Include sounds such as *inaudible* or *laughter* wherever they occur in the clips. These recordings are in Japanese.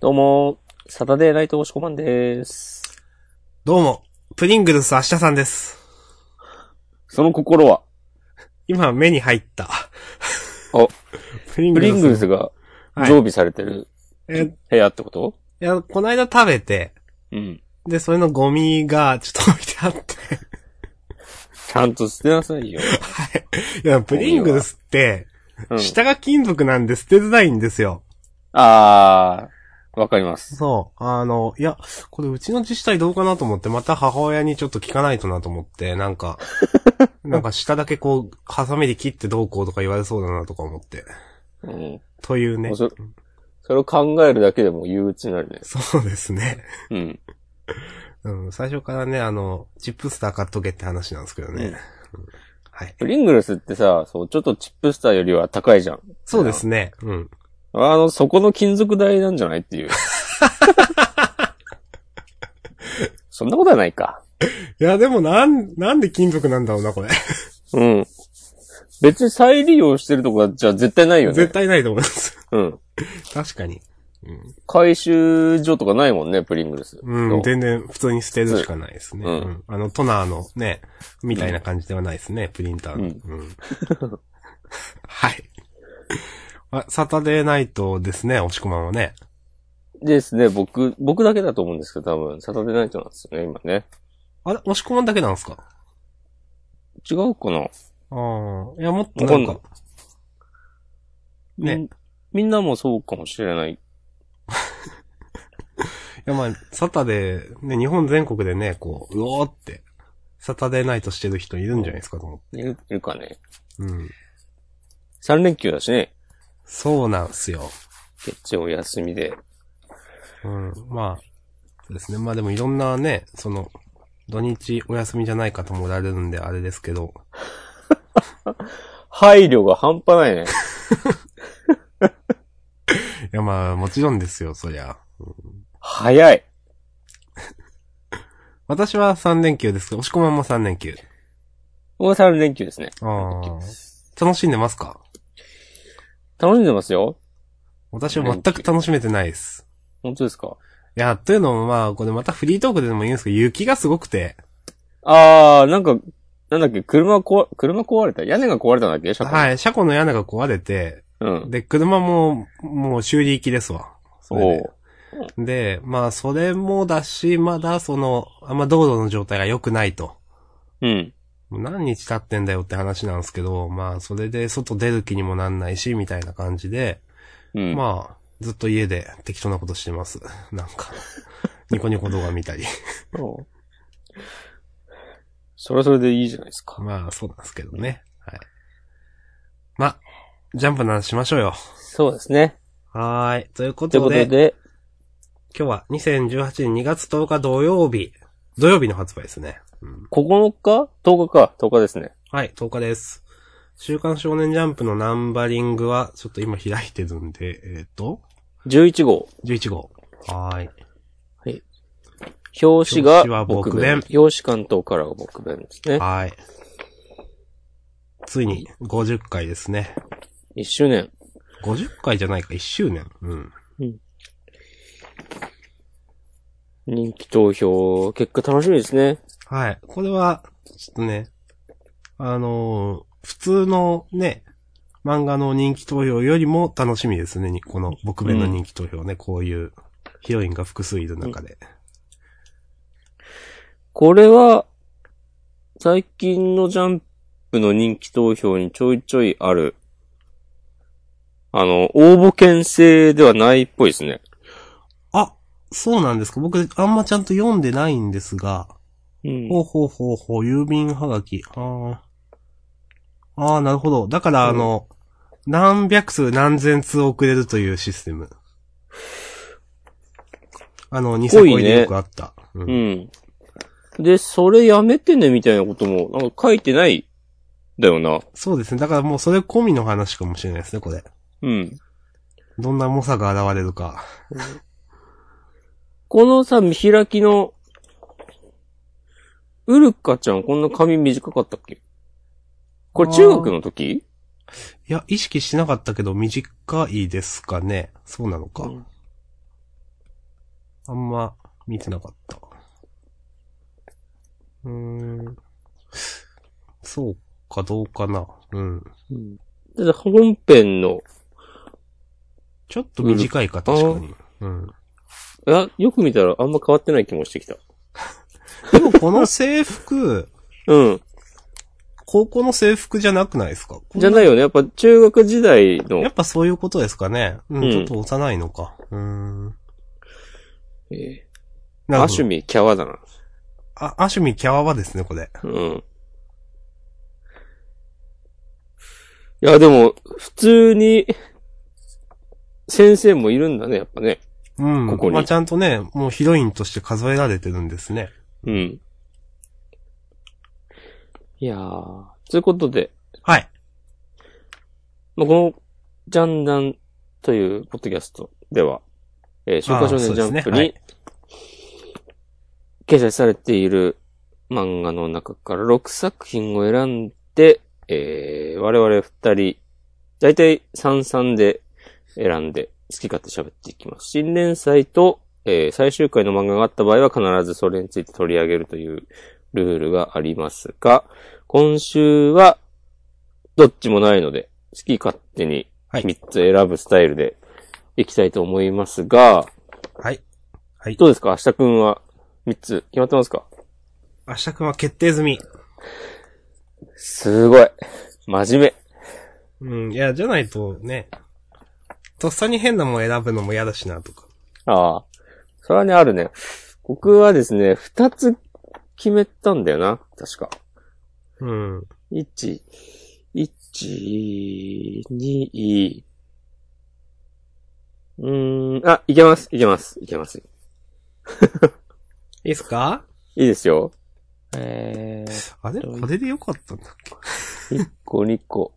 どうも、サタデーライト押し込まんでーす。どうも、プリングルス明日さんです。その心は、今目に入った。お *laughs* プリンプグルリス。ングルスが常はい備されてるえ、い部屋ってこと、や、こないだ食べて、うん。で、それのゴミがちょっと置いてあって。 *laughs* ちゃんと捨てなさいよ。いや、プリングルスって、うん、下が金属なんで捨てづらいんですよ。 *laughs* あー、わかります。そう。あの、いや、これうちの自治体どうかなと思って、また母親にちょっと聞かないとなと思って、な *laughs* んか、なんか下だけこう、ハサミで切ってどうこうとか言われそうだなとか思って。うん。というねもう。そそれを考えるだけでも憂鬱になるね。そうですね。うん。うん、最初からね、あの、チップスター買っとけって話なんですけどね。うんはい。プリングルスってさ、そう、ちょっとチップスターよりは高いじゃん。そうですね。うん。あの、そこの金属代なんじゃないって *laughs* いう。そんなことはないか。いや、でもなん、なんで金属なんだろうな、これ。うん。別に再利用してるとこはじゃあ絶対ないよね。絶対ないと思います。うん。 *laughs* 確かに。回収所とかないもんね、プリングルス。うそん、全然普通に捨てるしかないですね。ううんん、あの、トナーのね、みたいな感じではないですね、プリンターの。うん。 *laughs* はい。あ、サタデーナイトですね、押し込まんはね。ですね、僕、僕だけだと思うんですけど、多分、サタデーナイトなんですよね、今ね。あれ、押し込まんだけなんですか違うかなああ。いや、もっとなんわかか、ねみんみんなもそうかもしれない。いやまあ、サタデー、ね、日本全国でね、こう、うおーって、サタデーナイトしてる人いるんじゃないですかと思って。いるいるかね。うん。 3連休だしね。そうなんすよ。月曜休みで。うん。まあ、そうですね。まあでもいろんなね、その、土日お休みじゃない方もおられるんであれですけど、配慮が半端ないね。いやまあ、もちろんですよ、そりゃ。早い。私は3連休ですけど、押し込まんも3連休。もう3連休ですね。ああ。楽しんでますか楽しんでますよ。私は全く楽しめてないです。本当ですかいや、というのもまあ、これまたフリートークでもいいんですけど、雪がすごくて、あー、なんか、なんだっけ、車こ、車壊れた屋根が壊れたんだっけ車庫。い。はい、車庫の屋根が壊れて、うん。で、車も、もう修理行きですわ。それおでう。で、まあ、それもだし、まだ、その、あんま道路の状態が良くないと。うん。もう何日経ってんだよって話なんですけど、まあ、それで外出る気にもなんないし、みたいな感じで、うん。まあ、ずっと家で適当なことしてます。なん *laughs* か、ニコニコ動画見たり。そうそれはそれでいいじゃないですか。まあ、そうなんですけどね。はい。まあ、ジャンプの話しましょうよ。そうですね。はーい。というこというとことで、で、今日は2018年2月10日土曜日。土曜日の発売ですね。うん9日 ?10 日か。10日ですね。はい、10日です。週刊少年ジャンプのナンバリングは、ちょっと今開いてるんで、えっ、と、 11号。 11号。はーい。表紙が表紙は僕僕弁弁。表紙関東からが僕弁ですね。はーい。ついに50回ですね。 1周年。 50回じゃないか、1周年。うん。人気投票、結果楽しみですね。はい。これは、ちょっとね、あのー普通のね、漫画の人気投票よりも楽しみですね、にこの僕弁の人気投票ね、こういうヒロインが複数いる中で。これは、最近のジャンプの人気投票にちょいちょいある、あの、応募券制ではないっぽいですね。あ、そうなんですか。僕、あんまちゃんと読んでないんですが、うんほうほうほうほう、郵便はがき。ああ。ああ、なるほど。だから、あの、何百通何千通送れるというシステム。あの、ニセ恋でよくあった。ううんん。で、それやめてね、みたいなことも、なんか書いてない、だよな。そうですね。だからもうそれ込みの話かもしれないですね、これ。うん。どんな猛者が現れるか。このさ、見開きの、ウルカちゃん、こんな髪短かったっけこれ中学の時いや、意識してなかったけど、短いですかね。そうなのか。うんあんま見てなかった。うーん。そうかどうかな。うん。ただ本編の、ちょっと短いか、確かに。うん。いや、よく見たらあんま変わってない気もしてきた。でもこの制服、 *laughs* うん。高校の制服じゃなくないですかじゃないよね。やっぱ中学時代やのっ、ぱそういうことですかね。うん、うんちょっと幼いのか。うーん。えーなるアほシュど。ミ、キャワだな。あ、アシュミキャワはですね、これ。うん。いや、でも、普通に、先生もいるんだね、やっぱね。うん。ここにまあちゃんとね、もうヒロインとして数えられてるんですね。うん。いやー、ということで、はい。まあ、この、ジャンダンというポッドキャストでは、えー、週刊少年ジャンあーそプうですねはにい、掲載されている漫画の中から6作品を選んで、えー、我々二人、だいたい33で選んで、好き勝手喋っていきます。新連載と、えー、最終回の漫画があった場合は必ずそれについて取り上げるというルールがありますが、今週は、どっちもないので、好き勝手にはい3つ選ぶスタイルでいきたいと思いますが、はい。はいど。うですか明日くんは3つ決まってますか明日くんは決定済み。すごい。真面うん。いや、じゃないとね、とっさに変なもん選ぶのも嫌だしな、とか。目。ああ。それはね、あるね。僕はですね、2つ決めたんだよな。確か。うん。 1、1、2、うーん、あ、いけます、いけます、いけます。いいっすかいいですよ。えー、あれこれでよかったんだっけ一個、二個。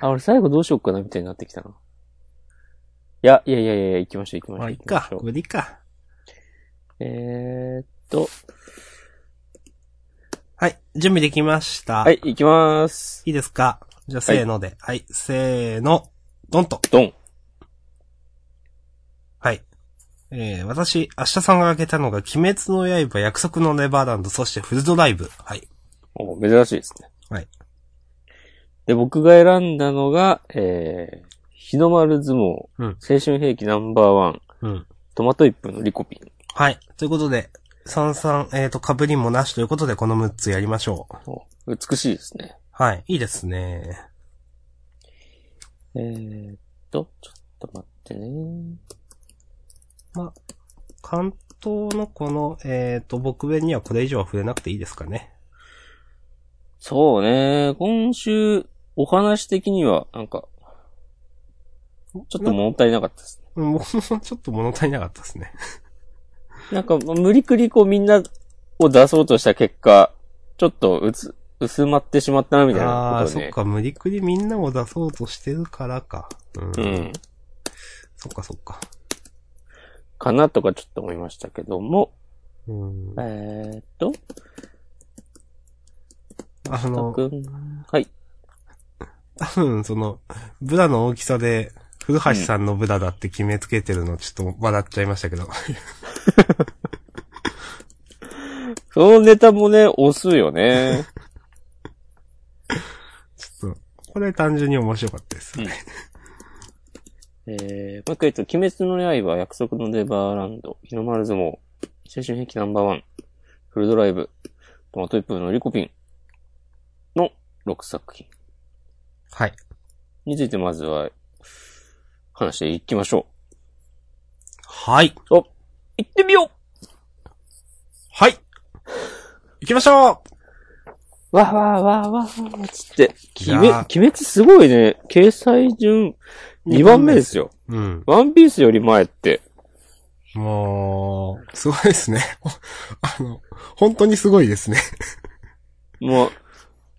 あ、俺最後どうしようかなみたいになってきたな。いや、いやいやいやいや、行きましょう行きましょまう。あ、いい行きまか。しょうこれでいいか。えーっと、はい。準備できました。はい、行きまーす。いいですかじゃあ、せーので。はい、せーの。ドンと。ドン。はい。えー、私、明日さんが挙げたのが、鬼滅の刃、約束のネバーランド、そしてフルドライブ。はい。お珍しいですね。はい。で、僕が選んだのが、えー、日の丸相撲、うん青春兵器ナンバーワン、うん。トマト一分のリコピン。はい。ということで、三々、えーと、被りもなしということで、この6つやりましょう。お美しいですね。はい。いいですね。えーっと、ちょっと待ってね。ま、関東のこの、えーと、僕弁にはこれ以上は触れなくていいですかね。そうね、今週、お話的には、なんか、ちょっと物足りなかったですね。うん、僕も *laughs* ちょっと物足りなかったですね。なんか、まあ無理くりこうみんなを出そうとした結果、ちょっとうつ薄まってしまったなみたいあなあー、ことそっね。か、無理くりみんなを出そうとしてるからか。ううん。ん。そっかそっか。かなとかちょっと思いましたけども、うんえ。ーっと、あたの、くん、はい。多分その、ブラの大きさで、古橋さんのブラだって決めつけてるのちょっと笑っちゃいましたけど。そのネタもね、押すよね。ちょっと、これ単純に面白かったです。うんえー、もう一回言うと、鬼滅の刃、約束のネバーランド、日の丸相撲、青春兵器ナンバーワン、フルドライブ、トマトイプーのリコピンの6作品はい。についてまずは、話していきましょはい。う。お、行ってみよはい行きましょううわーわーわーわーわーつって、い鬼やー滅、鬼滅すごいね、掲載順2番目ですよ。うん。ワンピースより前って、もう、すごいですね。 *laughs* あの、本当にすごいですね。もう、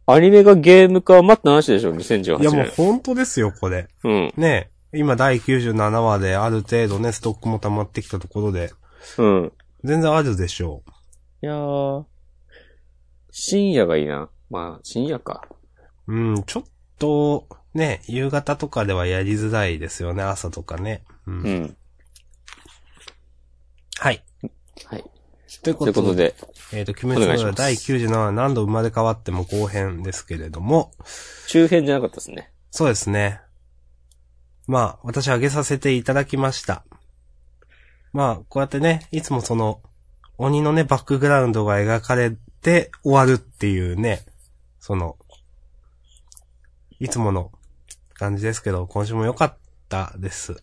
アニメがゲーム化待った話でしょ、2018いや年。もう本当ですよ、これ。うん。ねえ今第97話である程度ね、ストックも溜まってきたところで、うん。全然あるでしょう。いやー、深夜がいいな。まあ、深夜か。うん、ちょっと、ね、夕方とかではやりづらいですよね、朝とかね。うん。うん。はい。はい。というとこいとうことで、で、えっ、と、鬼滅のお願いしま刃す第97話何度生まれ変わっても後編ですけれども、中編じゃなかったですね。そうですね。まあ、私あげさせていただきました。まあ、こうやってね、いつもその、鬼のね、バックグラウンドが描かれて終わるっていうね、その、いつもの感じですけど、今週も良かったです。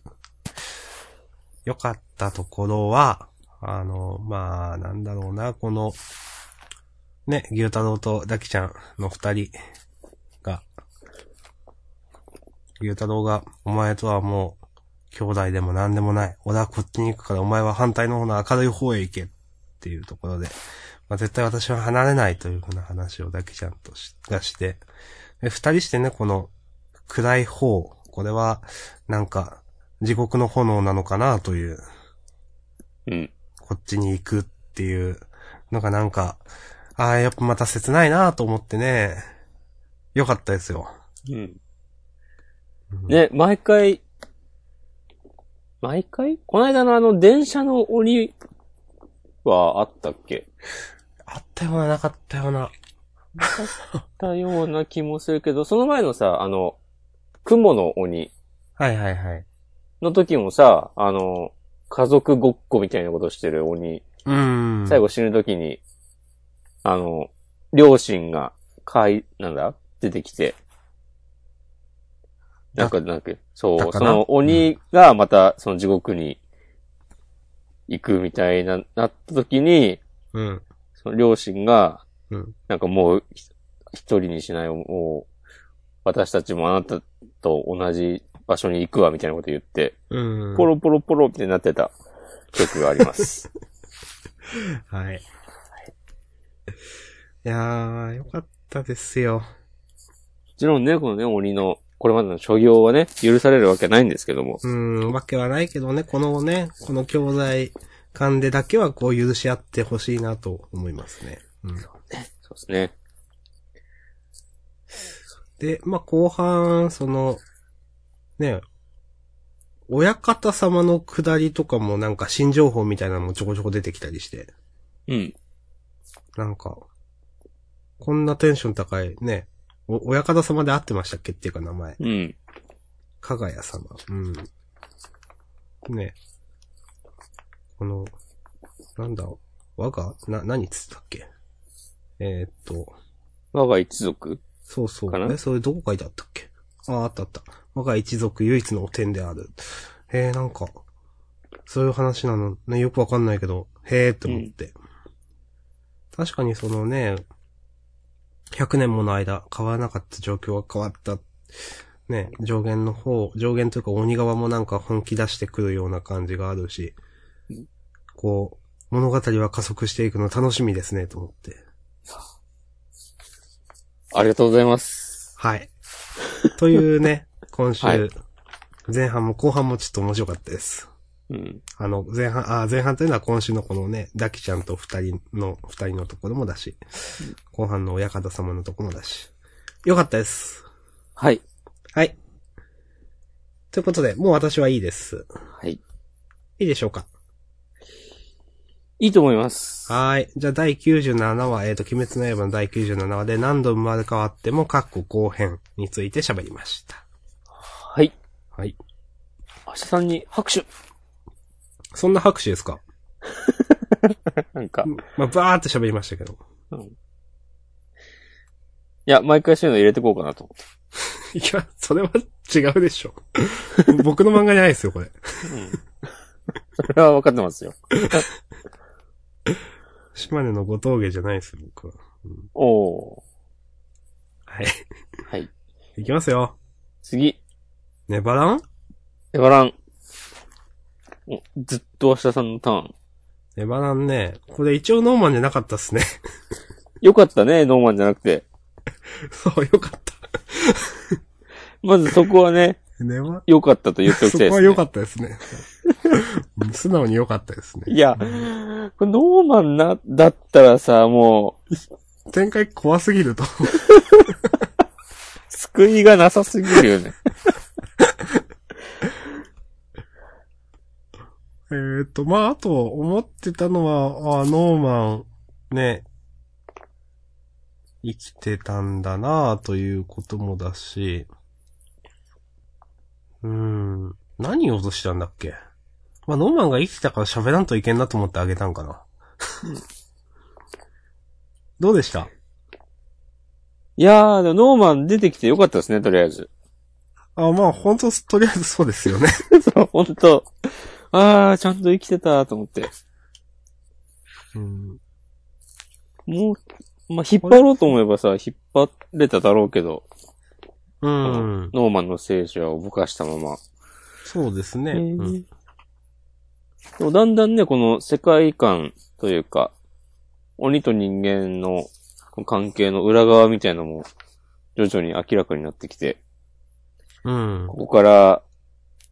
良かったところは、あの、まあ、なんだろうな、この、ね、牛太郎とダキちゃんの二人が、ゆうたろうが、お前とはもう、兄弟でも何でもない。俺はこっちに行くから、お前は反対の方の明るい方へ行け。っていうところで、まあ、絶対私は離れないというふうな話をだけちゃんとし、がして、で二人してね、この、暗い方、これは、なんか、地獄の炎なのかなという、うん。こっちに行くっていうのがなんか、ああ、やっぱまた切ないなと思ってね、よかったですよ。うん。うんね、毎回、毎回この間のあの、電車の鬼はあったっけあったような、なかったような。なかったような気もするけど、その前のさ、あの、雲の鬼はいはいはい。の時もさ、あの、家族ごっこみたいなことしてる鬼、うーん。最後死ぬ時に、あの、両親が、かい、なんだ出てきて、なんか、なんか、そだう、かそなの鬼がまた、その地獄に行くみたいな、なった時に、うん。その両親が、うんなんかもう、ひ一人にしない、もう、私たちもあなたと同じ場所に行くわ、みたいなこと言って、うん。ポロポロポロってなってた曲があります。はい。いやー、よかったですよ。もちろんね、このね、鬼の、これまでの諸行はね、許されるわけないんですけども。うーん、わけはないけどね、このね、この兄弟間でだけはこう許し合ってほしいなと思いますね。うん。そうですね。で、まあ、後半、その、ね、親方様の下りとかもなんか新情報みたいなのもちょこちょこ出てきたりして。うん。なんか、こんなテンション高いね、お、親方様で合ってましたっけっていうか名前。うん。かがや様。うん。ね。この、なんだ、我が、な、何つったっけえー、っと、我が一族そうそかう。なえ、それどこ書いてあったっけああ、あったあった。我が一族唯一のお天である。へえ、なんか、そういう話なのね、よくわかんないけど、へえって思って。確かにそのね、100年もの間変わらなかった状況が変わった。ね、上限の方、上限というか鬼側もなんか本気出してくるような感じがあるし、こう、物語は加速していくの楽しみですね、と思って。ありがとうございます。はい。とい *laughs* うね、今週、はい前半も後半もちょっと面白かったです。うん。あの、前半、あ前半というのは今週のこのね、ダキちゃんと二人の、二人のところもだし、後半の親方様のところもだし、よかったです。はい。はい。ということで、もう私はいいです。はい。いいでしょうかいいと思います。はーい。じゃあ第97話、えっ、と、鬼滅の刃の第97話で何度生まれ変わっても、カッコ後編について喋りました。はい。はい。明日さんに拍手そんな拍手ですか *laughs* なんか、いまあ、バーって喋りましたけど。や、毎回そういうの入れてこうかなと思って。いや、それは違うでしょ。 *laughs* 僕の漫画じゃないですよ、これ。うん。 *laughs* それは分かってますよ。島根のご峠じゃないですよ、僕は。おー。はい。はい。いきますよ。次。ネバランエバラン。おずっと明日さんのターン。ネバランね。これ一応ノーマンじゃなかったっすね。 *laughs* よかったね、ノーマンじゃなくて。そう、よかった。まずそこはね、ネバ、良かったと言っておきそたいです、ね。 *laughs* こは良かったですね。 *laughs* うん素直に良かったですね。いや、これノーマンな、だったらさ、もう、展開怖すぎると。救いがなさ *laughs* すぎるよね。えーっと、まあ、あと、思ってたのは、あ、ノーマン、ね、生きてたんだなあということもだし、うーん、何を落としたんだっけまあ、ノーマンが生きてたから喋らんといけんなと思ってあげたんかな。どうでしたいやー、でもノーマン出てきてよかったですね、とりあえず。あ、まあ、ほんと、とりあえずそうですよね。そう、ほんと。あー、ちゃんと生きてたと思って。うん。もう、まあ、引っ張ろうと思えばさ、引っ張れただろうけど、うん。ノーマンの聖書をぼかしたまま。そうですね。うんでもだんだんね、この世界観というか、鬼と人間の関係の裏側みたいなのも、徐々に明らかになってきて、うん。ここから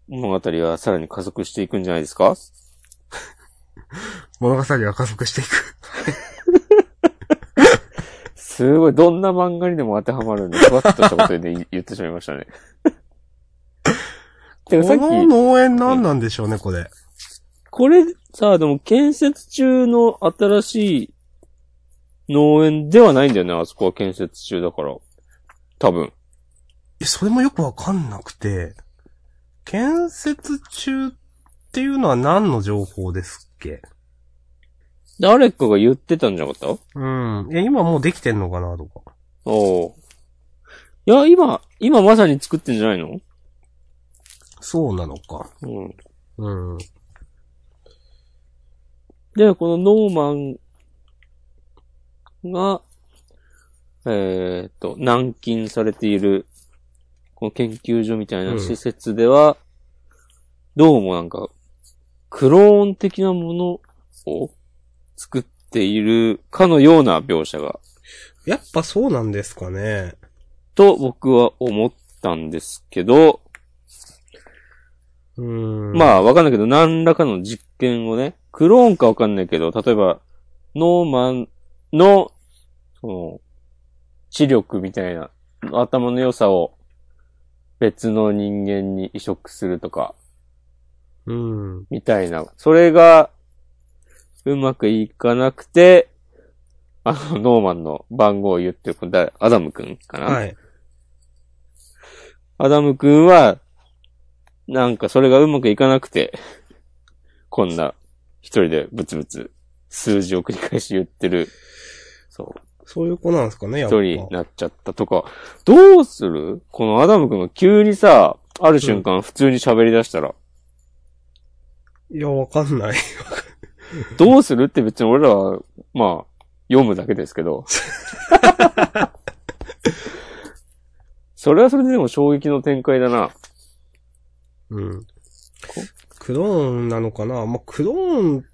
物語はさらに加速していくんじゃないですか物語は加速していく。すごい、どんな漫画にでも当てはまるんで、ふわっとしたことで、ね、 *laughs* 言ってしまいましたね。てかさっきこの農園何なんでしょうね、これ。これさ、でも建設中の新しい農園ではないんだよね、あそこは建設中だから。多分。え、それもよくわかんなくて、建設中っていうのは何の情報ですっけ誰かが言ってたんじゃなかっうん。え、今もうできてんのかなとか。たおお。いや、今、今まさに作ってんじゃないのそうなのか。うん。うん。で、このノーマンが、えーっと、軟禁されている、この研究所みたいな施設では、どうもなんか、クローン的なものを作っているかのような描写が、やっぱそうなんですかね。と僕は思ったんですけど、うん。まあ。あ、わかんないけど、何らかの実験をね、クローンかわかんないけど、例えば、ノーマンの、その、知力みたいな、頭の良さを、別の人間に移植するとか、うん。みたいな。それが、うまくいかなくて、あの、ノーマンの番号を言ってる、これ誰アダムくんかな、はい。アダムくんは、なんかそれがうまくいかなくて、こんな、一人でブツブツ、数字を繰り返し言ってる、そう、そういう子なんですかね、やっぱ。一人になっちゃったとか、どうするこのアダムくんが急にさ、ある瞬間普通に喋り出したら、いや、わかんない。どうするって別に俺らは、まあ、読むだけですけ *laughs* ど。それはそれででも衝撃の展開だな。うん。クローンなのかなまあ、クローン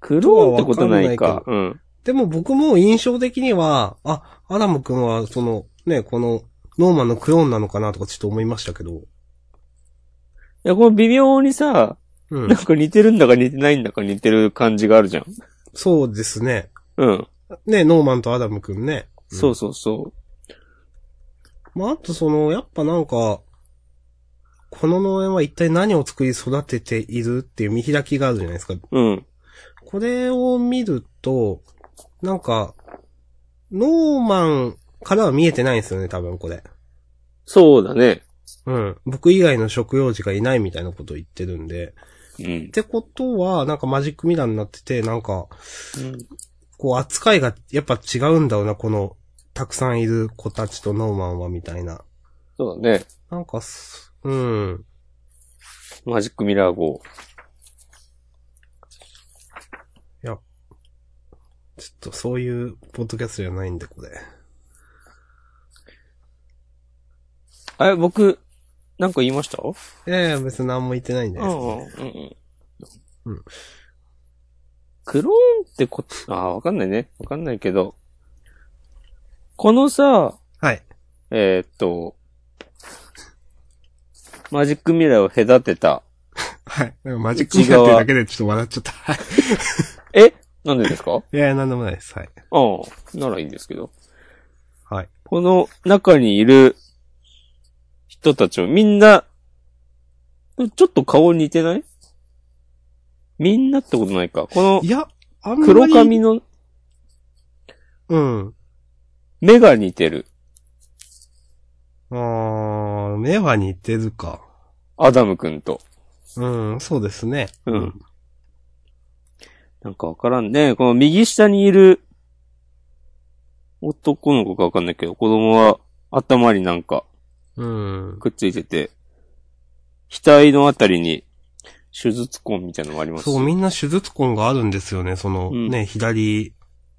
クローンってことないか。わかうん。でも僕も印象的には、あ、アダム君は、その、ね、この、ノーマンのクローンなのかなとかちょっと思いましたけど。いや、この微妙にさ、う *laughs* んなん。か似てるんだか似てないんだか似てる感じがあるじゃん。そうですね。うん。ね、ノーマンとアダム君ね。そううそうそん。まあ、あとその、やっぱなんか、この農園は一体何を作り育てているっていう見開きがあるじゃないですか。う。うん。これを見ると、なんか、ノーマンからは見えてないんですよね、多分これ。そうだね。うん。僕以外の食用児がいないみたいなことを言ってるんで。うんっ。てことは、なんかマジックミラーになってて、なんか、こう扱いがやっぱ違うんだろうな、この、たくさんいる子たちとノーマンはみたいな。そうだね。なんかす、うん。マジックミラー号。ちょっとそういうポッドキャストじゃないんで、これ。あれ、僕、なんか言いましたええ別に何も言ってないんで。うんうんうんクローンってこ、ああ、わかんないね。わかんないけど。このさ、はい。えーっと、マジックミラーを隔てた。はい。マジックミラーってだけでちょっと笑っちゃった。はいえなんでですかいや、なんでもないです。はい。ああ、ならいいんですけど。はい。この中にいる人たちをみんな、ちょっと顔似てないみんなってことないか。このいや、あんまり。黒髪のうん。目が似てる。あー、目は似てるか。アダムくんと。うん、そうですね。うん。なんかわからんね。この右下にいる男の子かわかんないけど、子供は頭になんかうん。くっついてて、額のあたりに手術痕みたいなのがあります。そう、みんな手術痕があるんですよね。その、うんね、左、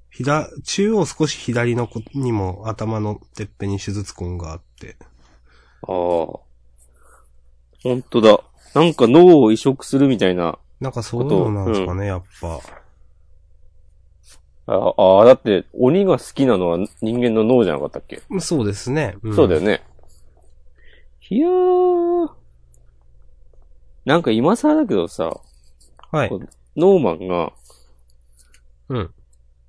左、中央少し左の子にも頭のてっぺんに手術痕があって。ああ。本当だ。なんか脳を移植するみたいな。なんかそういうのなんですかね、やっぱ。ああ、だって鬼が好きなのは人間の脳じゃなかったっけ、うんそうですね。んそうだよ。ね。いやー。なんか今更だけどさ、はい。ノーマンが、うん。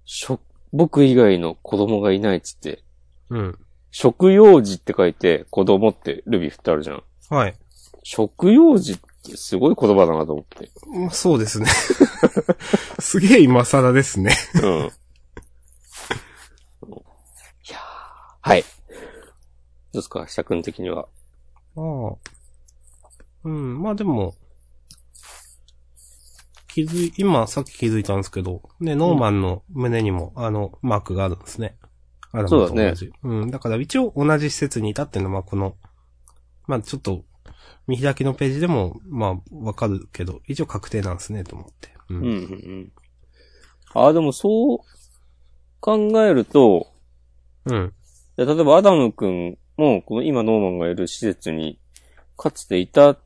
しょ僕以外の子供がいないっつって、うん。食用児って書いて子供ってルビー振ってあるじゃん。はい。食用児ってすごい言葉だなと思って。まあそうですね。 *laughs* すげえ今更ですね。うん。いやーはい。どうですか、社君的には。ああ。うん、まあでも、気づい、今さっき気づいたんですけど、ね、ノーマンの胸にも、あの、マークがあるんですね。あるそうだねうん、だから一応同じ施設にいたっていうのは、まあこの、まあちょっと、見開きのページでも、まあわかるけど、一応確定なんですね、と思って。う。うんんうんうん。ああ、でもそう考えると、うん。で例えばアダム君も、この今ノーマンがいる施設に、かつていた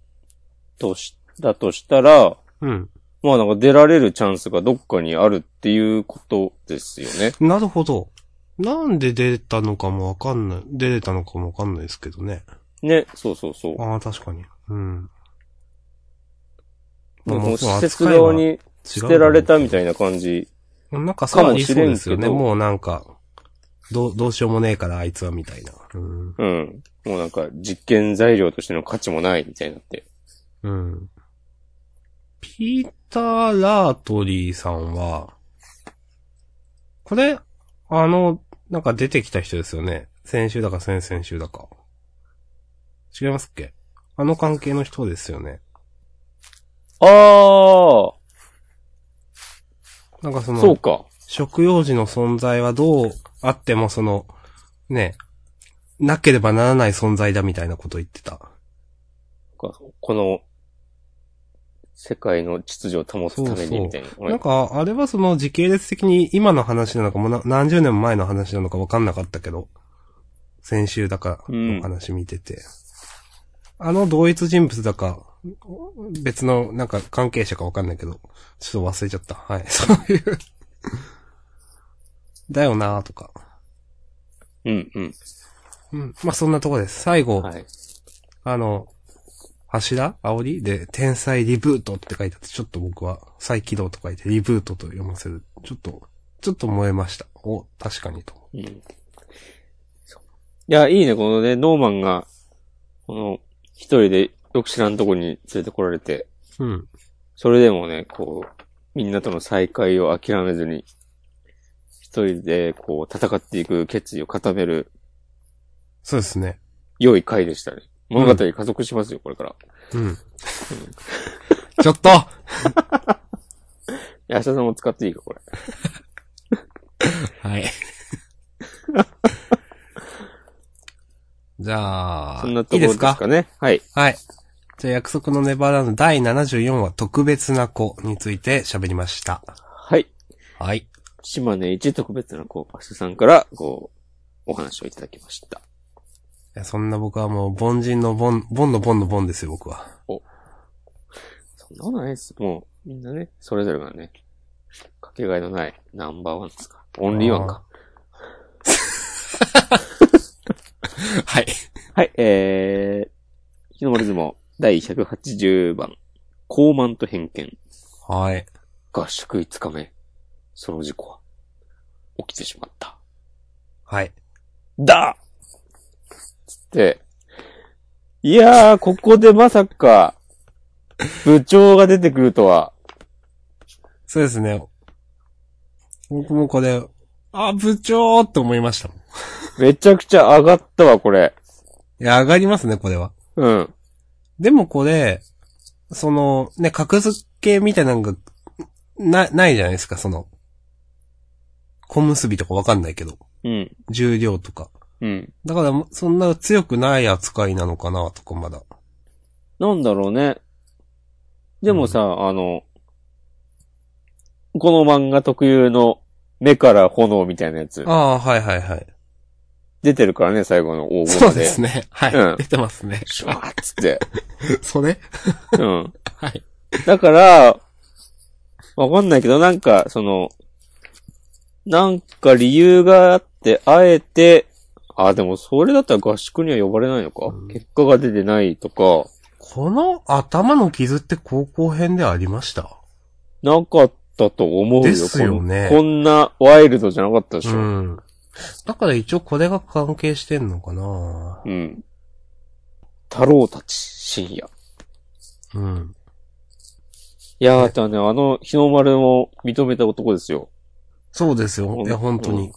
とし、だとしたら、うん。まあなんか出られるチャンスがどっかにあるっていうことですよね。なるほど。なんで出たのかもわかんない、出れたのかもわかんないですけどね。ね、そうそうそう。ああ、確かに。うん。もうまあもう施設扱いは側に捨てられたみたいな感じ。なんかさらにそうですよね。かもしれんけどもうなんか、どう、どうしようもねえからあいつはみたいな。うん。うん。もうなんか実験材料としての価値もないみたいになって。うん。ピーター・ラートリーさんは、これ、あの、なんか出てきた人ですよね。先週だか先々週だか。違いますっけあの関係の人ですよね。ああ、なんかその、そうか。食用児の存在はどうあってもその、ね、なければならない存在だみたいなこと言ってた。なんかこの、世界の秩序を保つためにみたいな。なんか、あれはその時系列的に今の話なのかもな、何十年も前の話なのか分かんなかったけど、先週だかうんの話見てて、あの同一人物だか、別のなんか関係者か分かんないけど、ちょっと忘れちゃった。はい、 *laughs* そういう。だよなーとか。うんうん。うん。まあ、そんなとこです。最後、はい。あの、柱煽りで、天才リブートって書いてあって、ちょっと僕は再起動と書いてリブートと読ませる。ちょっと、ちょっと燃えました。お、確かにと。うんいや、いいね、このね、ノーマンが、この、一人でよく知らんとこに連れてこられて、うん。それでもね、こう、みんなとの再会を諦めずに、一人で、こう、戦っていく決意を固めるそうですね。良い回でしたね。物語加速しますよ、これから。いうん。 *laughs* ちょっとや、明日さんも使っていいか、これ。はい。じゃあ、そんなところですいいかですね。はい。かはい。じゃあ、約束のネバーランド第74話特別な子について喋りました。はい。はい。島根一特別な、こう、明日さんから、こう、お話をいただきました。いやそんな僕はもう凡人の凡、凡の凡の凡ですよ、僕は。そんなことないです。もう、みんなね、それぞれがね、かけがえのないナンバーワンですか。オンリーワンか。 *laughs* はい。はい、えー、日の丸相撲、第180番、高慢と偏見、はい。合宿5日目、その事故は、起きてしまった。はい。だつって、いやー、ここでまさか、部長が出てくるとは、そうですね。僕もこれ、あ、部長って思いましたもん。いめちゃくちゃ上がったわ、これ。や、上がりますね、これは。うん。でもこれ、その、ね、格付けみたいなのが、な、ないじゃないですか、その、小結びとかわかんないけど、うん。重量とか。うん。だから、そんな強くない扱いなのかな、とかまだ。なんだろうね。でもさ、あの、この漫画特有の目から炎みたいなやつあ、あ、はいはいはい。出てるからね、最後の黄金そうですね。はい。うん出てますね。シュワーっつって。 *laughs* それうん。はい。だから、わかんないけど、なんか、その、なんか理由があって、あえて、あ、でもそれだったら合宿には呼ばれないのか、うん結果が出てないとか、この頭の傷って高校編でありましたなかったと思うよ。ですよねこんこんなワイルドじゃなかったでしうょ。ん。だから一応これが関係してんのかなうん。太郎たち、深夜。うん。いやー、ただね、あの、日の丸も認めた男ですよ。そうですよ。いや、本当に。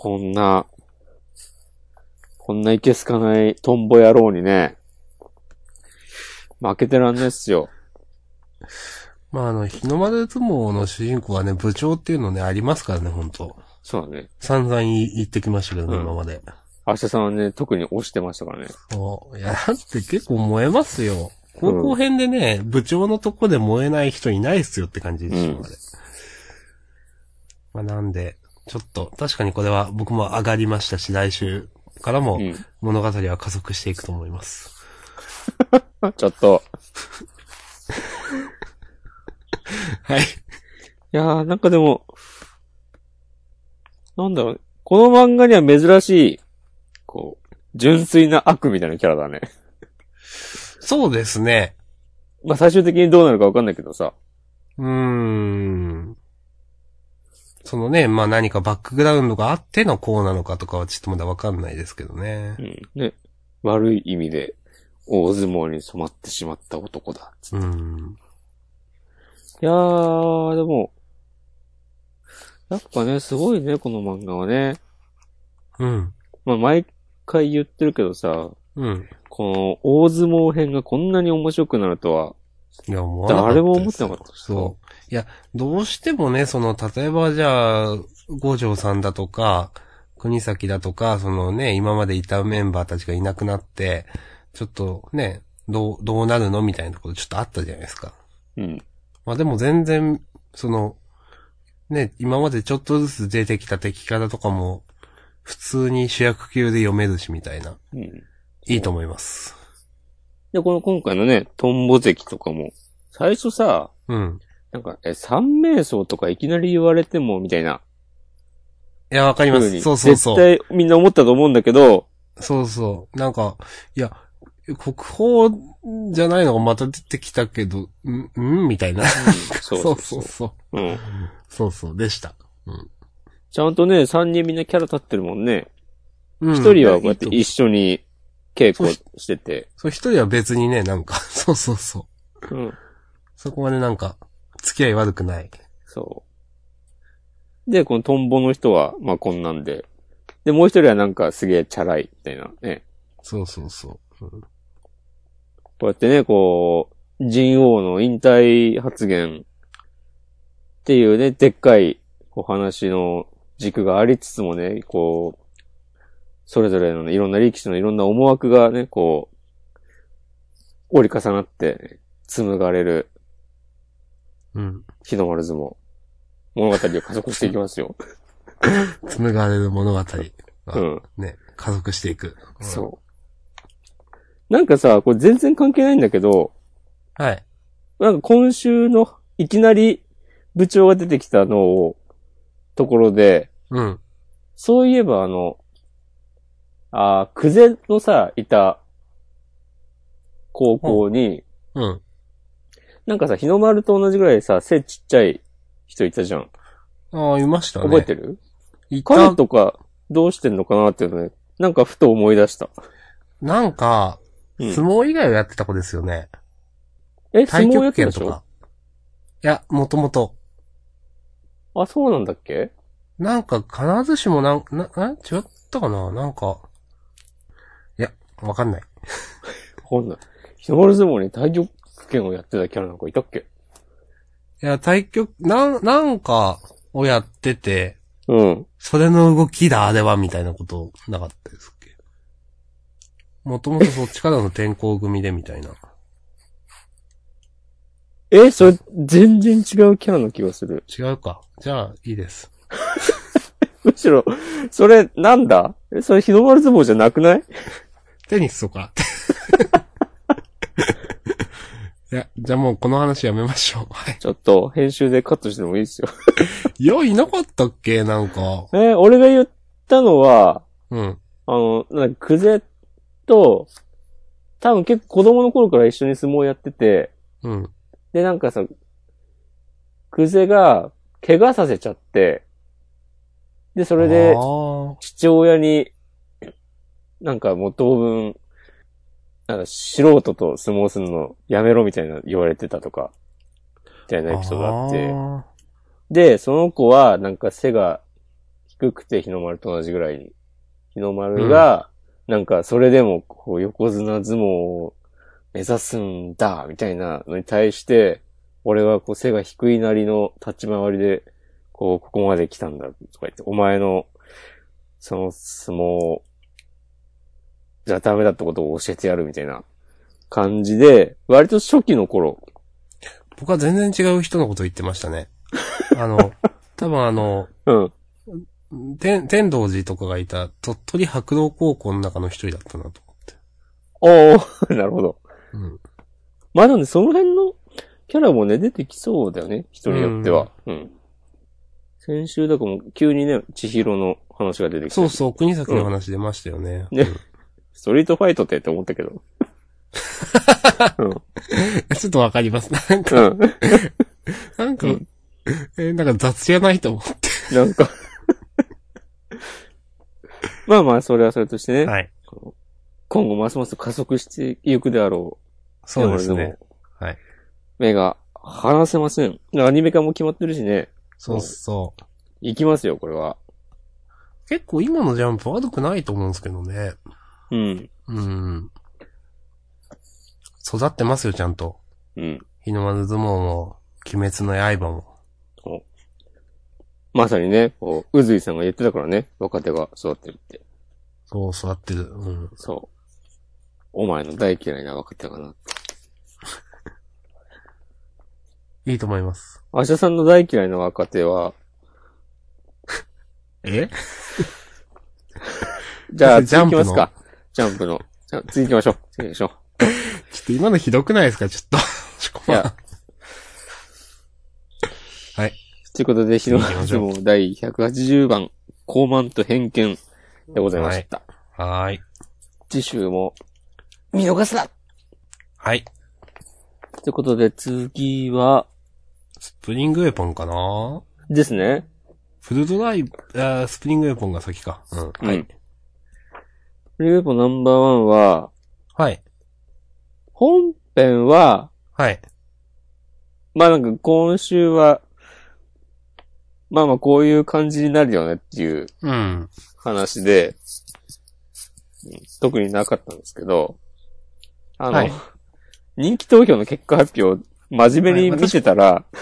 こんな、こんないけすかないトンボ野郎にね、負けてらんないっすよ。まあ、あの、日の丸相撲の主人公はね、部長っていうのね、ありますからね、本当そうだね。散々言い言ってきましたけどね、うん今まで。明日さんはね、特に押してましたからね。そう。いや、だって結構燃えますよ。高校編でね、部長のとこで燃えない人いないっすよって感じでしうた、ん今まで。まあ、なんで、ちょっと、確かにこれは僕も上がりましたし、来週からもうん物語は加速していくと思います。ちょっと。はい。いやー、なんかでも、なんだろう、この漫画には珍しい、こう、純粋な悪みたいなキャラだね。そうですね。まあ最終的にどうなるかわかんないけどさ。うーん。そのね、まあ何かバックグラウンドがあってのこうなのかとかはちょっとまだわかんないですけどねう。ん。ね。悪い意味で、大相撲に染まってしまった男だ。つってうん。いやー、でも、やっぱね、すごいね、この漫画はね。うん。まあ、毎回言ってるけどさ、うん。この大相撲編がこんなに面白くなるとは、いや、思わなかったです誰も思ってなかった。そう。いや、どうしてもね、その、例えばじゃあ、五条さんだとか、国崎だとか、そのね、今までいたメンバーたちがいなくなって、ちょっとね、どう、どうなるのみたいなことちょっとあったじゃないですか。う。うん。まあでも全然、その、ね、今までちょっとずつ出てきた敵からとかも、普通に主役級で読めるしみたいな。うん。いいと思います。で、この今回のね、トンボ関とかも、最初さ、うん。なんか、え、三名相とかいきなり言われても、みたいな。いや、わかりま風す。にそうそうそう。絶対みんな思ったと思うんだけど、そうそう。なんか、いや、国宝じゃないのがまた出てきたけど、ん、んみたいな。そそうそう。う。うん。そうそう、でした。うんちゃんとね、三人みんなキャラ立ってるもんね。うん。一人はこうやっていい一と緒に稽古してて。そう、一人は別にね、なんか、 *laughs* そうそうそう。うん。そこまでなんか、付き合い悪くない。そう。で、このトンボの人は、まあこんなんで。で、もう一人はなんかすげえチャラい、みたいなね。そうそうそう。うんこうやってね、こう、人王の引退発言っていうね、でっかいお話の軸がありつつもね、こう、それぞれのね、いろんな力士のいろんな思惑がね、こう、折り重なってね、紡がれるうん。日の丸相撲。物語を加速していきますよ。紡がれる物語。う。うんね、加速していく。そう。なんかさ、これ全然関係ないんだけど、うん。はい。なんか今週のいきなり部長が出てきたのを、ところで、うん。そういえばあの、あークゼのさ、いた高校に、うん。なんかさ、日の丸と同じぐらいさ、背ちっちゃい人いたじゃん。ああ、いましたね。覚えてる、いた彼とかどうしてんのかなっていうのね、なんかふと思い出した。なんか、うん相撲以外をやってた子ですよね。え、相太撲やってた極拳でしとょか。や、もともと。あ、そうなんだっけなんか、必ずしもなん、な、な、違ったかななんか。いや、わかんない。わかんない。日の丸相撲に太極拳をやってたキャラなんかいたっけいや、対局、なん、なんか、をやってて、うん。それの動きだ、あれは、みたいなこと、なかったですっけもともとそっちからの転校組で、みたいな。え、それ、全然違うキャラの気がする。違うか。じゃあ、いいです。むしろ、それ、なんだえ、それ日の丸相撲じゃなくないテニスとか。 *laughs* いや、じゃあもうこの話やめましょう。はい。ちょっと、編集でカットしてもいいですよ。いや、いなかったっけなんか。え、俺が言ったのは、うん。あの、なんか、クゼと、多分結構子供の頃から一緒に相撲やってて、うん。で、なんかさ、クゼが、怪我させちゃって、で、そそれであ、ー父親に、なんかもう当分、なんか素人と相撲するのやめろみたいな言われてたとか、みたいなエピソードがあって。ーで、その子はなんか背が低くて日の丸と同じぐらいに。日の丸が、なんかそれでもこう横綱相撲を目指すんだ、みたいなのに対して、俺はこう背が低いなりの立ち回りで、こうここまで来たんだ、とか言って、お前のその相撲じゃダメだってことを教えてやるみたいな感じで、割と初期の頃、僕は全然違う人のこと言ってまし *laughs* たね。あの、多分あの、うん。天、天道寺とかがいた鳥取白道高校の中の一人だったなと思おって。ー、 *laughs* なるほど。うん。まあなんでその辺のキャラもね、出てきそうだよね、人によっては。うん。先週だからもう急にね、千尋の話が出てきて、そうそう、国崎の話出ましたよね。ね、ストリートファイトってって思ったけど。うん。 *laughs* ちょっとわかります。なんか、うん。なんか、うんえーなんか雑じゃないと思っなんか。まあまあ、それはそれとしてね、て。はい。今後ますます加速していくであろう。そうですでもね。。はい。目が離せません。アニメ化も決まってるしね、そうそう。行きますよ、これは。結構今のジャンプ悪くないと思うんですけどね。うん。うん。育ってますよ、ちゃんと。うん。日の丸相撲も、鬼滅の刃も。まさにね、こう、うずいさんが言ってたからね、若手が育ってるって。そう、育ってる。うん。そう。お前の大嫌いな若手かな。いいと思います。明日さんの大嫌いな若手は、えじゃあ、ジャン次プ行のきますか。ジャンプの。じゃあ、次行きましょう。次行きましょう。ちょっと今のひどくないです *laughs* かちょっと。しこいまやん。はい。ということで、日の行きま丸しょうも第180番、高慢と偏見でございました。はーい。次週も、見逃すなはい。ということで、次は、スプリングウェポンかなですね。フルドライブ、あースプリングウェポンが先か。うん。はい。フリーウェポナンバーワンは、はい。本編は、はい。まあなんか今週は、まあまあこういう感じになるよねっていううん。話で、うん特になかったんですけど、あの、はい人気投票の結果発表、真面目に見てたら、はい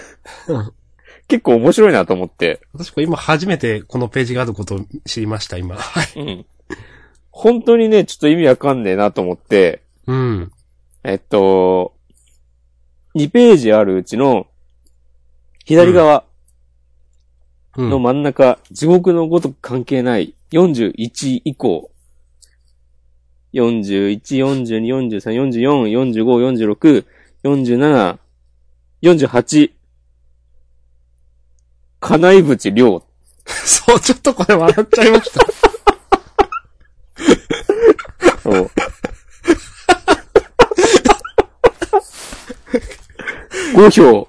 私 *laughs* 結構面白いなと思って、私これ今初めてこのページがあることを知りました、今。はい。うん本当にね、ちょっと意味わかんねえなと思って、うん。えっと、2ページあるうちの、左側、うん。の真ん中、地獄のごとく関係ない41以降、41、42、43、44、45、46、47、48、金井淵亮。 *laughs* そう、ちょっとこれ笑っちゃいました。そう。5票。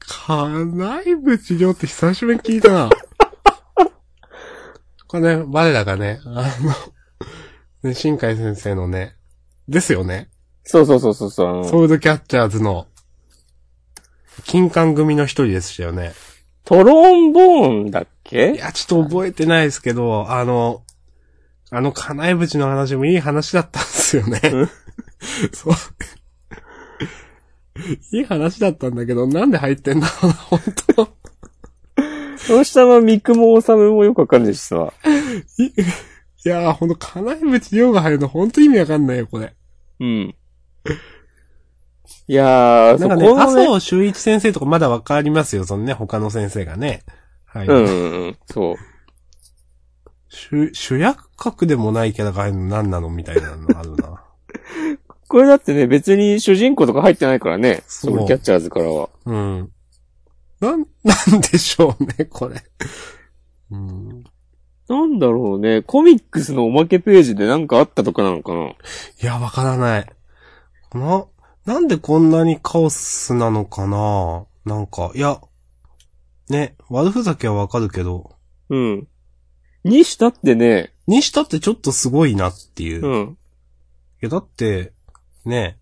金井淵亮って久しぶりに聞い *laughs* たな。これね、我らがね、あの、ね、新海先生のね、ですよね。そうそうそうそうそうあの。ソウルキャッチャーズの金管組の一人でしたよね。トロンボーンだっいけや、ちょっと覚えてないですけど、あの、あの、金井淵の話もいい話だったんですよねうん。 *laughs* そう。いい話だったんだけど、なんで入ってんだろうな、本当その下の三雲治もよくわかんないしさ。いやー、ほんと、金井淵亮が入るの、ほんと意味わかんないよ、これ。うん。いやー、なんかそね、こ麻のね、生修一先生とかまだわかりますよ、そのね、他の先生がね。はい。うんうんうん、そう。主主役格でもないキャラが入るの何なのみたいなのあるな。これだってね、別に主人公とか入ってないからね。そうそのキャッチャーズからは。うん。なん、 *laughs* なんでしょうね、これ。うん。なんだろうね、コミックスのおまけページでなんかあったとかなのかないや、わからない。な、なんでこんなにカオスなのかななんか、いや、ね、悪ふざけはわかるけど、うん。にしたってね、にしたってちょっとすごいなっていう。ういん。や、だって、ね、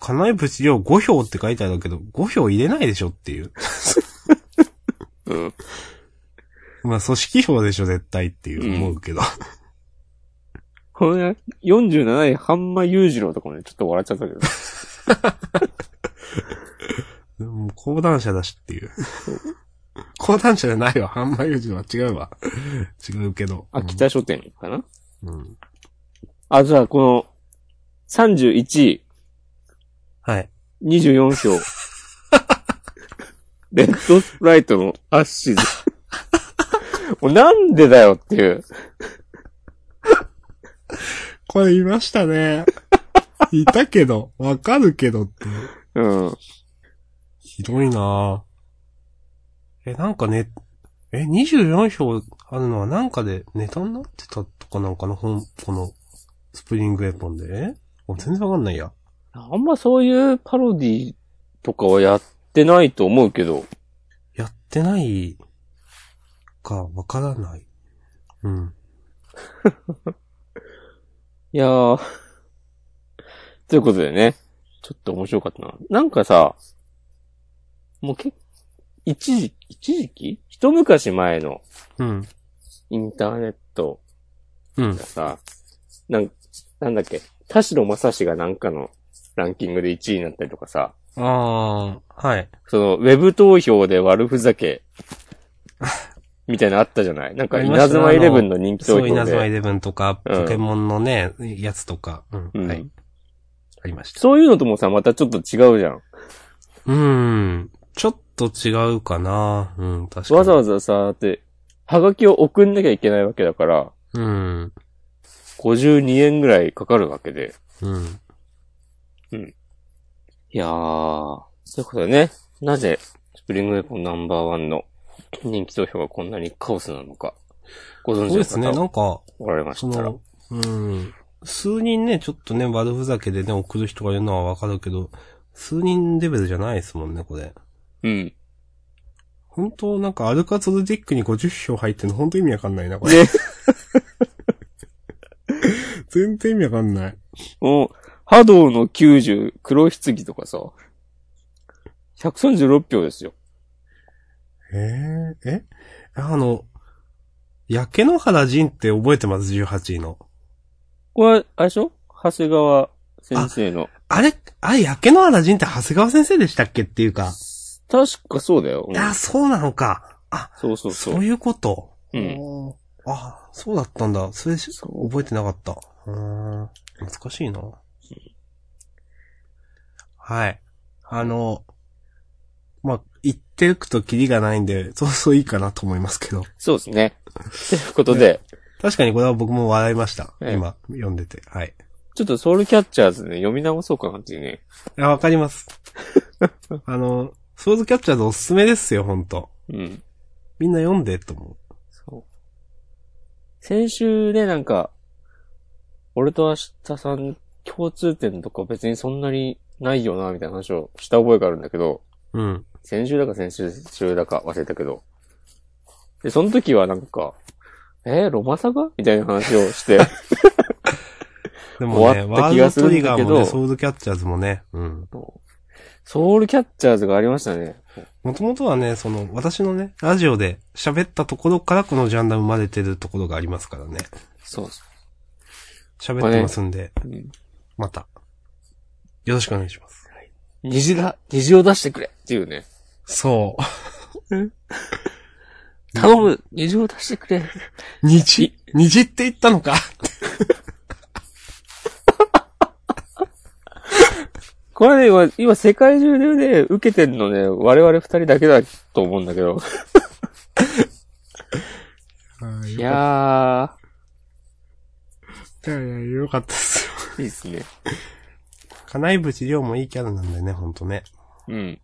金井淵量5票って書いてあるけど、5票入れないでしょっていう。 *laughs* うん。まあ、組織票でしょ、絶対っていう思うけど。 *laughs* このね、47位、半間裕次郎とかもね、ちょっと笑っちゃったけど。もう講談社だしっていう。 *laughs* 講談社じゃないわ。半馬友人は違うわ。違うけど。秋田書店かなうん。あ、じゃあこの、31位、はい。 24票。 *laughs* レッドスプライトのアッシーズ。もうなんでだよっていう。これいました *laughs* ね。いたけど、わかるけどって。うん。ひどいなぁ。え、なんかね、え、24票あるのはなんかでネタになってたとかなんかの本、この、スプリングエポンで。えもう全然わかんないや。あんまそういうパロディとかはやってないと思うけど。やってないか、わからない。うん。いやー。 *laughs* ということでね。ちょっと面白かったな。なんかさ、もうけ、一時、一時期一昔前のうん。インターネットうんが。さ、なん、なんだっけ、田代正史がなんかのランキングで1位になったりとかさ、ああ、はい。その、ウェブ投票で悪ふざ *laughs* け、みたいなのあったじゃないなんか、ありました稲ね妻イレブンの人気投そう、票稲妻イで。レブンとか、うんポケモンのね、やつとか、うん、うんはい。ありました。そういうのともさ、またちょっと違うじゃん。うん。ちょっと違うかな。うん、確かに。わざわざさ、だって、はがきを送んなきゃいけないわけだから、うん。 52円ぐらいかかるわけで。うん。いやー、ということでね、なぜ、スプリングウェポンナンバーワンの人気投票がこんなにカオスなのか、ご存そうで知すのね、方なんか、おられまそしたら。の、うん。数人ね、ちょっとね、悪ふざけでね、送る人がいるのはわかるけど、数人レベルじゃないですもんね、これ。うん。ね、本当なんか、アルカツルディックに50票入ってるの、本当意味わかんないな、これ。全然意味わかんない。もう、波動の90、黒棺とかさ、136票ですよ。えええあの、焼け野原仁って覚えてます ?18 位の。これ、あれでしょ長谷川先生の。あれ、あれ、焼け野原仁って長谷川先生でしたっけっていうか。確かそうだよ。うんあ、そうなのか。あ、そうそうそそうう。いうこと。うんおーあ、そうだったんだ。それしそう覚えてなかった。うーん。難しいな。はい。あの、まあ、言ってくとキリがないんで、そうそういいかなと思いますけど。そうです *laughs* ね。ということで、確かにこれは僕も笑いました。ええ今、読んでて。はい。ちょっとソウルキャッチャーズね、読み直そうかなっていうね。いや、わかります。 *laughs* あの、ソーズキャッチャーズおすすめですよ、ほんと。うん。みんな読んで、と思そう。先週ね、なんか、俺と明日さん共通点とか別にそんなにないよな、みたいな話をした覚えがあるんだけど、う。うん。先週だか先々週だか忘れたけど。で、その時はなんか、えーロマサガみたいな話を *laughs* して。でもね、終わったワ気ーがルすドトるんだリけどガーもね、ソーズキャッチャーズもね、うん。そソウルキャッチャーズがありましたね。もともとはね、その、私のね、ラジオで喋ったところからこのジャンダン生まれてるところがありますからね。そうそ喋ってますんで、う。うんまた、よろしくお願いします。虹だ、虹を出してくれっていうね。そう。頼む虹を出してくれ虹虹って言ったのか。これね、今、今世界中でね、受けてんのね、我々二人だけだと思うんだけど。いやいやいや、よかったですよ。ー、いいっすね。金井淵亮もいいキャラなんでね、ほんとね。うん。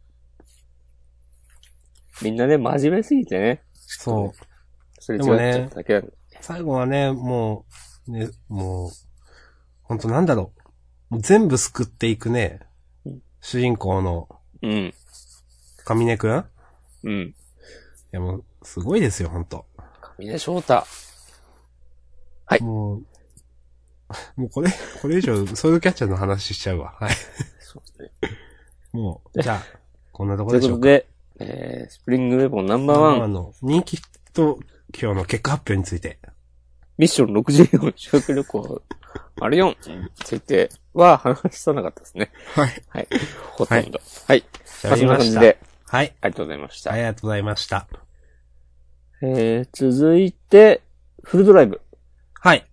みんなね、真面目すぎてね。そう。それ違でもっねちゃっただけなんだ最後はね、もう、ね、もう、ほんとなんだろう。もう全部救っていくねうん。主人公の、うん。神根くんいうん。やもう、すごいですよ、ほんと。みんな翔太。はいもう、 *laughs* もうこれ、これ以上、ソウルキャッチャーの話しちゃうわ。はい。そうですね。もう、じゃあ、こんなとこといでうこしとょうか。で、えー、スプリングウェポンナンバーワあン、の、人気と、今日の結果発表について。ミッション64修学旅行、あれ4については話しさなかったですね。はい。はい。ほとんど。はい。まあそ喋りんなま感しじた。で、はい。ありがとうございました。ありがとうございました。えー、続いて、フルドライブ。はい。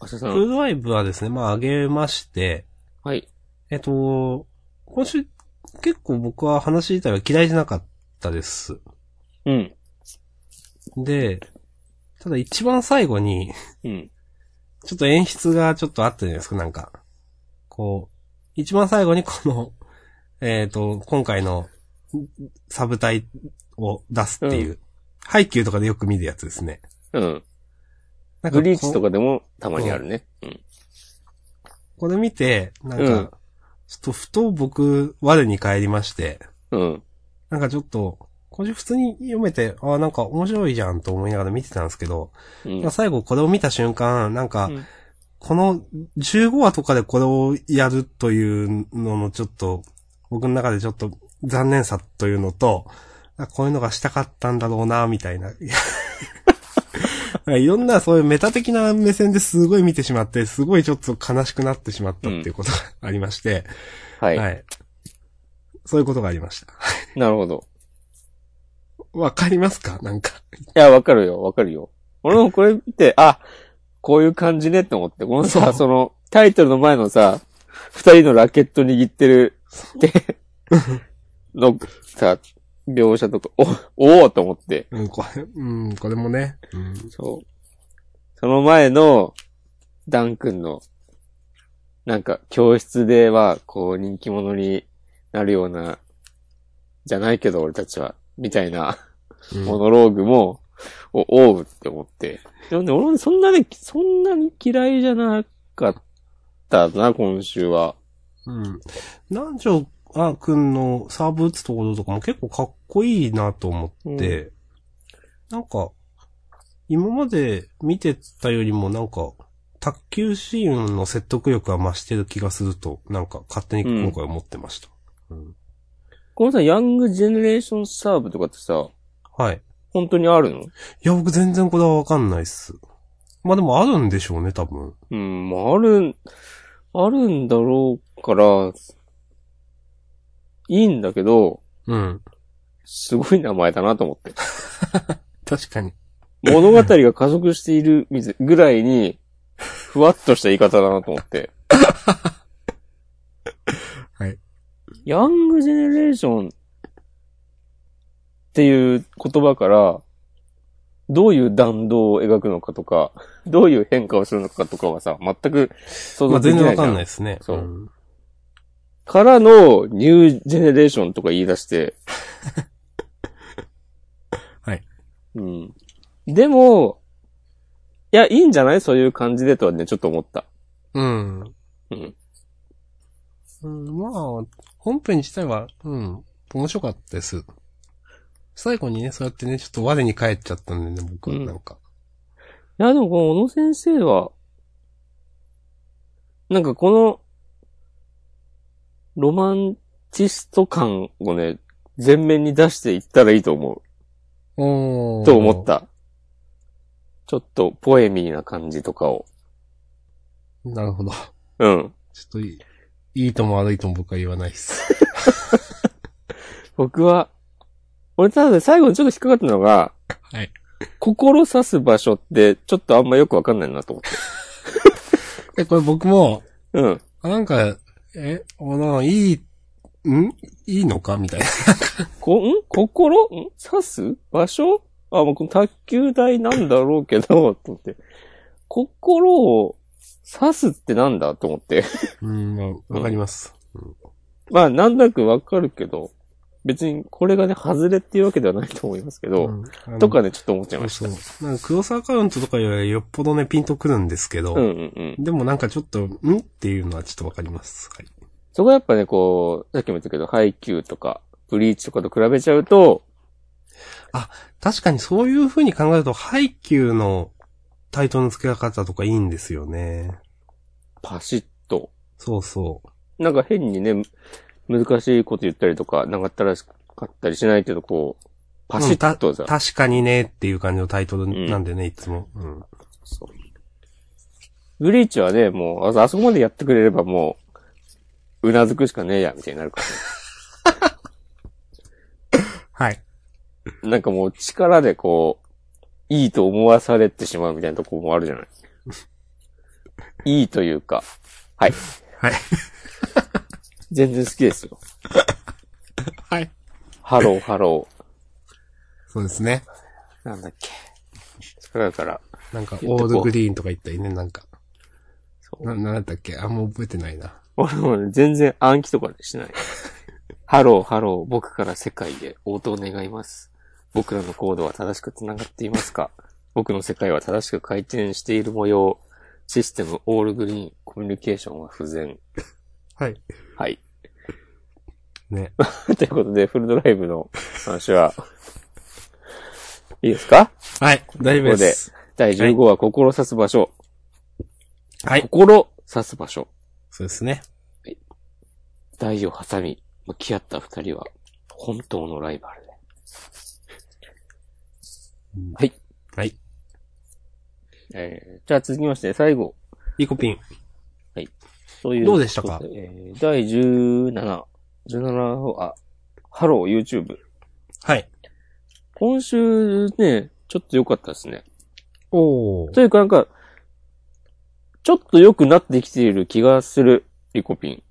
あしさフん。ルドライブはですね、まあ、上げまして、はい。えっと、今週、結構僕は話自体は嫌いじゃなかったです。うん。で、ただ一番最後に、うん。ちょっと演出がちょっとあったじゃないですか、なんか。こう、一番最後にこの、 *laughs* えっ、と、今回のサブタイを出すっていう、ハイキューとかでよく見るやつですね。うん。なんかこブうリーチとかでもたまにあるね。うん。これ見て、なんか、うんちょっとふと僕、我に返りまして、うん。なんかちょっと、今週普通に読めて、ああ、なんか面白いじゃんと思いながら見てたんですけど、うんまあ。最後これを見た瞬間、なんかうん、この15話とかでこれをやるというののちょっと、僕の中でちょっと残念さというのと、あこういうのがしたかったんだろうな、みた *laughs* いな。いろんなそういうメタ的な目線ですごい見てしまって、すごいちょっと悲しくなってしまったっていうことがありまして、はい。はい。そういうことがありました。なるほど。わかりますかなんか。いや、わかるよ、わかるよ。俺もこれ見て、あ、こういう感じねって思って、このそさ、うその、タイトルの前のさ、二人のラケット握ってる、で、 *laughs* の、さ、描写とか、お、おおと思って、うん、これ、うん、これもね。うん。そう。その前の、ダン君の、なんか、教室では、こう、人気者になるような、じゃないけど、俺たちは、みたいな。モノローグも、を、おうって思って。でもね、俺もそんなね、そんなに嫌いじゃなかったな、今週は。うん。南條あくんのサーブ打つところとかも結構かっこいいなと思って、なんか、今まで見てたよりもなんか、卓球シーンの説得力が増してる気がすると、なんか勝手に今回思ってました。うんこのさ、ヤングジェネレーションサーブとかってさ、はい。本当にあるのいや、僕全然これはわかんないっす。まあでもあるんでしょうね、多分。うん、まあ、あるん、あるんだろうから、いいんだけど、うん。すごい名前だなと思って。確かに。物語が加速しているぐらいに、ふわっとした言い方だなと思って。 *laughs* はい。ヤングジェネレーションっていう言葉から、どういう弾道を描くのかとか、どういう変化をするのかとかはさ、全く想まあ像でき全ないじゃ然わん。かんないですね。そうんからの、ニュージェネレーションとか言い出して。 *laughs* はい。うん。でも、いや、いいんじゃないそういう感じでとはね、ちょっと思った。うん。うん。うん、まあ、本編自体は、うん、面白かったです。最後にね、そうやってね、ちょっと我に返っちゃったんでね、僕はうんなんか。いや、でもこの小野先生は、なんかこの、ロマンチスト感をね、全面に出していったらいいと思おう。と思っ。た。ちょっとポエミーな感じとかを。なるほど。ちょうん。っといい、いいとも悪いとも僕は言わないっす。 *laughs* 僕は、俺ただね最後にちょっと引っかかったのが、はい。心刺す場所ってちょっとあんまよくわかんないなと思って。え、これ僕も、うん。あなんか、え、あの、いい、んいいのかみたいな。 *laughs* こ、ん心ん刺す場所あ、もうこの卓球台なんだろうけど、と思って。心を刺すってなんだと思って。 *laughs* うん、まあ、わかります。まあ、なんとなくわかるけど、別にこれがね、外れっていうわけではないと思いますけど、んあのとかね、ちょっと思っちゃいそまうしそた。うう。なんか、クロスアカウントとかよりよっぽどね、ピンとくるんですけど、んうんうん。でもなんかちょっと、んっていうのはちょっとわかります。はい。そこはやっぱね、こう、さっきも言ったけど、ハイキューとか、ブリーチとかと比べちゃうと、確かにそういう風に考えると、ハイキューのタイトルの付け方とかいいんですよね。パシッと、そうそう。なんか変にね、難しいこと言ったりとか、長ったらしかったりしないけど、こう、パシッとさ、確かにねっていう感じのタイトルなんでね、いつも。うん。そう。ブリーチはね、もう、ああそこまでやってくれればもう、うなずくしかねえや、みたいになるかはい。ら。なんかもう力でこう、いいと思わされてしまうみたいなとこもあるじゃ *laughs* ない。いいというか、はい。はい。 *laughs* 全然好きですよ。はい。ハローハロそうですね。ー。なんだっけ。それだから、なんか、言っオてこうールグリーンとか言ったりね、なんか。そうな、なんだったっけあんま覚えてないな。俺もね、全然暗記とかねしない。 *laughs* ハロー、ハロー、僕から世界へ応答願います。僕らのコードは正しく繋がっていますか僕の世界は正しく回転している模様。システム、オールグリーン、コミュニケーションは不全。はい。はい。ね。 *laughs* ということで、フルドライブの話は、いいですかはい。大丈夫です。第15話、心刺す場所。はい。心刺す場所。そうですね。台を挟み、向き合った二人は、本当のライバルで。はい。はい。えー、じゃあ続きまして、最後。リコピン。そういう。どうでしたかそうえー、第17、17あ、ハロー YouTube。はい。今週ね、ちょっと良かったですね。おーというかなんか、ちょっと良くなってきている気がする、リコピン。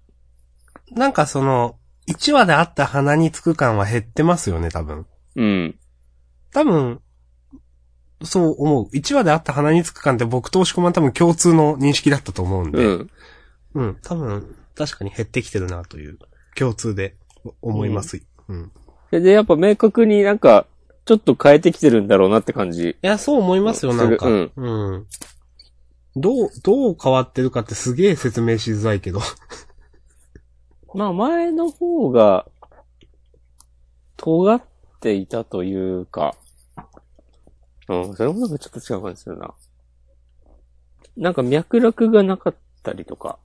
なんかその、1話であった鼻につく感は減ってますよね、多分。うん。多分、そう思う。1話であった鼻につく感って僕と押し込まん多分共通の認識だったと思うんうで。ん。うん、多分、確かに減ってきてるなという、共通で思います。うん。いそれでやっぱ明確になんか、ちょっと変えてきてるんだろうなって感じ。や、そう思いますよ、うんなんか。すうるん。どう、どう変わってるかってすげえ説明しづらいけど。 *laughs* まあ前の方が、尖っていたというか、うん、それもなんかちょっと違う感じするな。なんか脈絡がなかったりとか、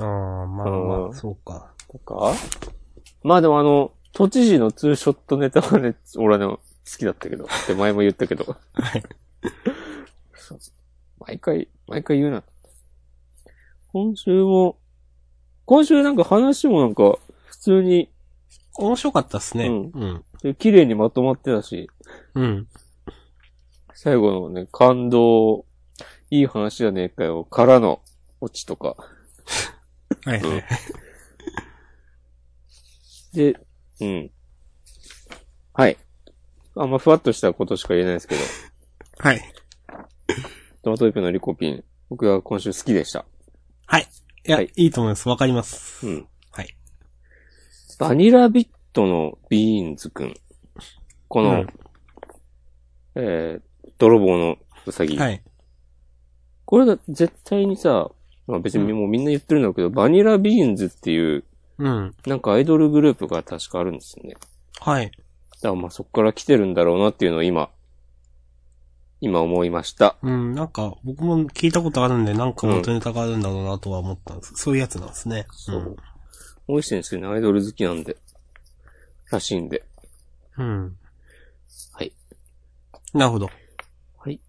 ああ、まあまあそうか。とかまあでもあの、都知事のツーショットネタはね、俺はね、好きだったけど、って前も言ったけど。そう毎回、毎回言うな。今週も、今週なんか話もなんか、普通に、面白かったっすね。うんうん。綺麗にまとまってたし、うん。最後のね、感動、いい話じゃねえかよ、からの、オチとか。はいはい。で、うん。はい。あんまふわっとしたことしか言えないですけど、はい。トマトイプのリコピン、僕は今週好きでした。いや、はいい、いと思います。わかります。うん。はい。バニラビットのビーンズくん。この、うんえー、泥棒のウサギ。はい。これが絶対にさ、まあ別にもうみんな言ってるんだろうけど、バニラビーンズっていう、うん。なんかアイドルグループが確かあるんですよね。はい。だからまあそこから来てるんだろうなっていうのを今、今思いました。うん、なんか、僕も聞いたことあるんで、なんか元ネタがあるんだろうなとは思ったんです。そういうやつなんですね。そう。美味しいんですけどね、アイドル好きなんで。らしいんで。うん。はい。なるほど。はい。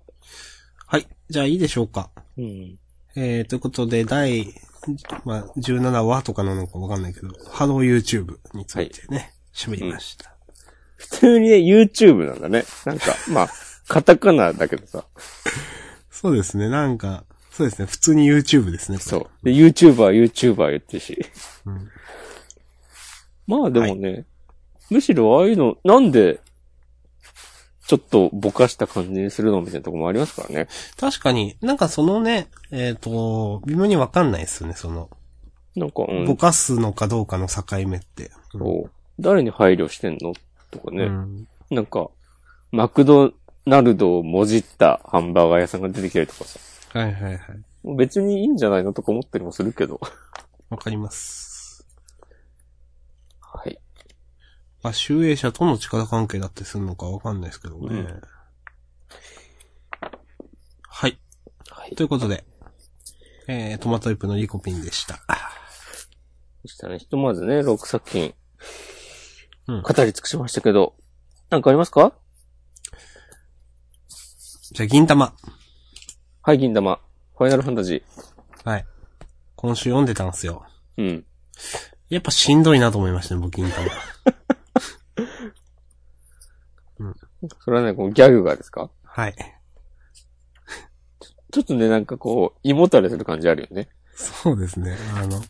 はい。じゃあいいでしょうか。うん。えー、ということで、第、まあ、17話とかなのかわかんないけど、ハロー YouTube についてね、喋、りました。普通にね、YouTube なんだね。なんか、 *laughs* まあ、カタカナだけどさ。そうですね、なんか、そうですね、普通に YouTube ですね、これそう。。で、YouTuber、YouTuber 言ってるし。うんまあでもね、むしろああいうの、なんで、ちょっとぼかした感じにするのみたいなとこもありますからね。確かに、なんかそのね、えっ、と、微妙にわかんないですよね、その、なんか、うんぼ、かすのかどうかの境目って。そう誰に配慮してんのとかうね、んなんか、マクドナルドをもじったハンバーガー屋さんが出てきたりとかさ。はいはいはい。もう別にいいんじゃないのとか思ったりもするけど。わかります。はい。まあ、集英社との力関係だってするのかわかんないですけどね。うんはい。はい。ということで、えー、トマトイプのリコピンでした。そしたらね、ひとまずね、6作品、うん語り尽くしましたけど、なんかありますかじゃあ、銀玉。はい、銀玉。ファイナルファンタジはい。今週読んでたんすよ。ー。うん。やっぱしんどいなと思いましたね、僕、銀玉。それはね、このギャグがですかはい。ちょっとね、なんかこう、胃もたれする感じあるよね。そうですね、あの、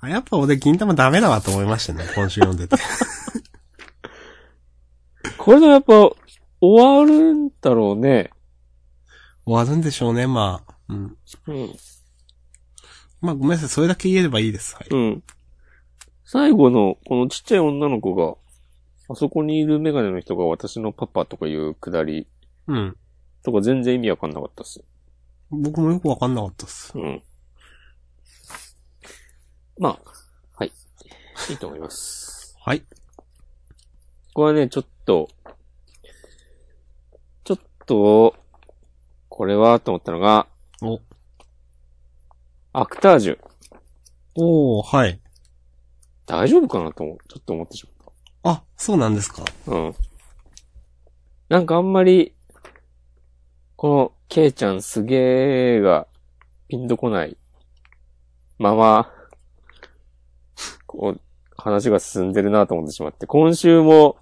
あやっぱ俺、銀玉ダメだわと思いましたね、今週読んでて。 *laughs* これでもやっぱ、終わるんだろうね。終わるんでしょうね、まあ。うん。うん。まあ、ごめんなさい、それだけ言えればいいです。はい。うん。最後の、このちっちゃい女の子が、あそこにいるメガネの人が私のパパとかいうくだりうん。とか全然意味わかんなかったっす。僕もよくわかんなかったっす。うん。まあ、はい。いいと思います。はい。ここはね、ちょっと、ちょっと、これはと思ったのが、お。アクタージュ。おー、はい。大丈夫かなと思う、ちょっと思ってしまっあ、そうなんですか。た。うん。なんかあんまり、この、ケイちゃんすげーが、ピンとこない。まま、こう、話が進んでるなと思ってしまって、今週も、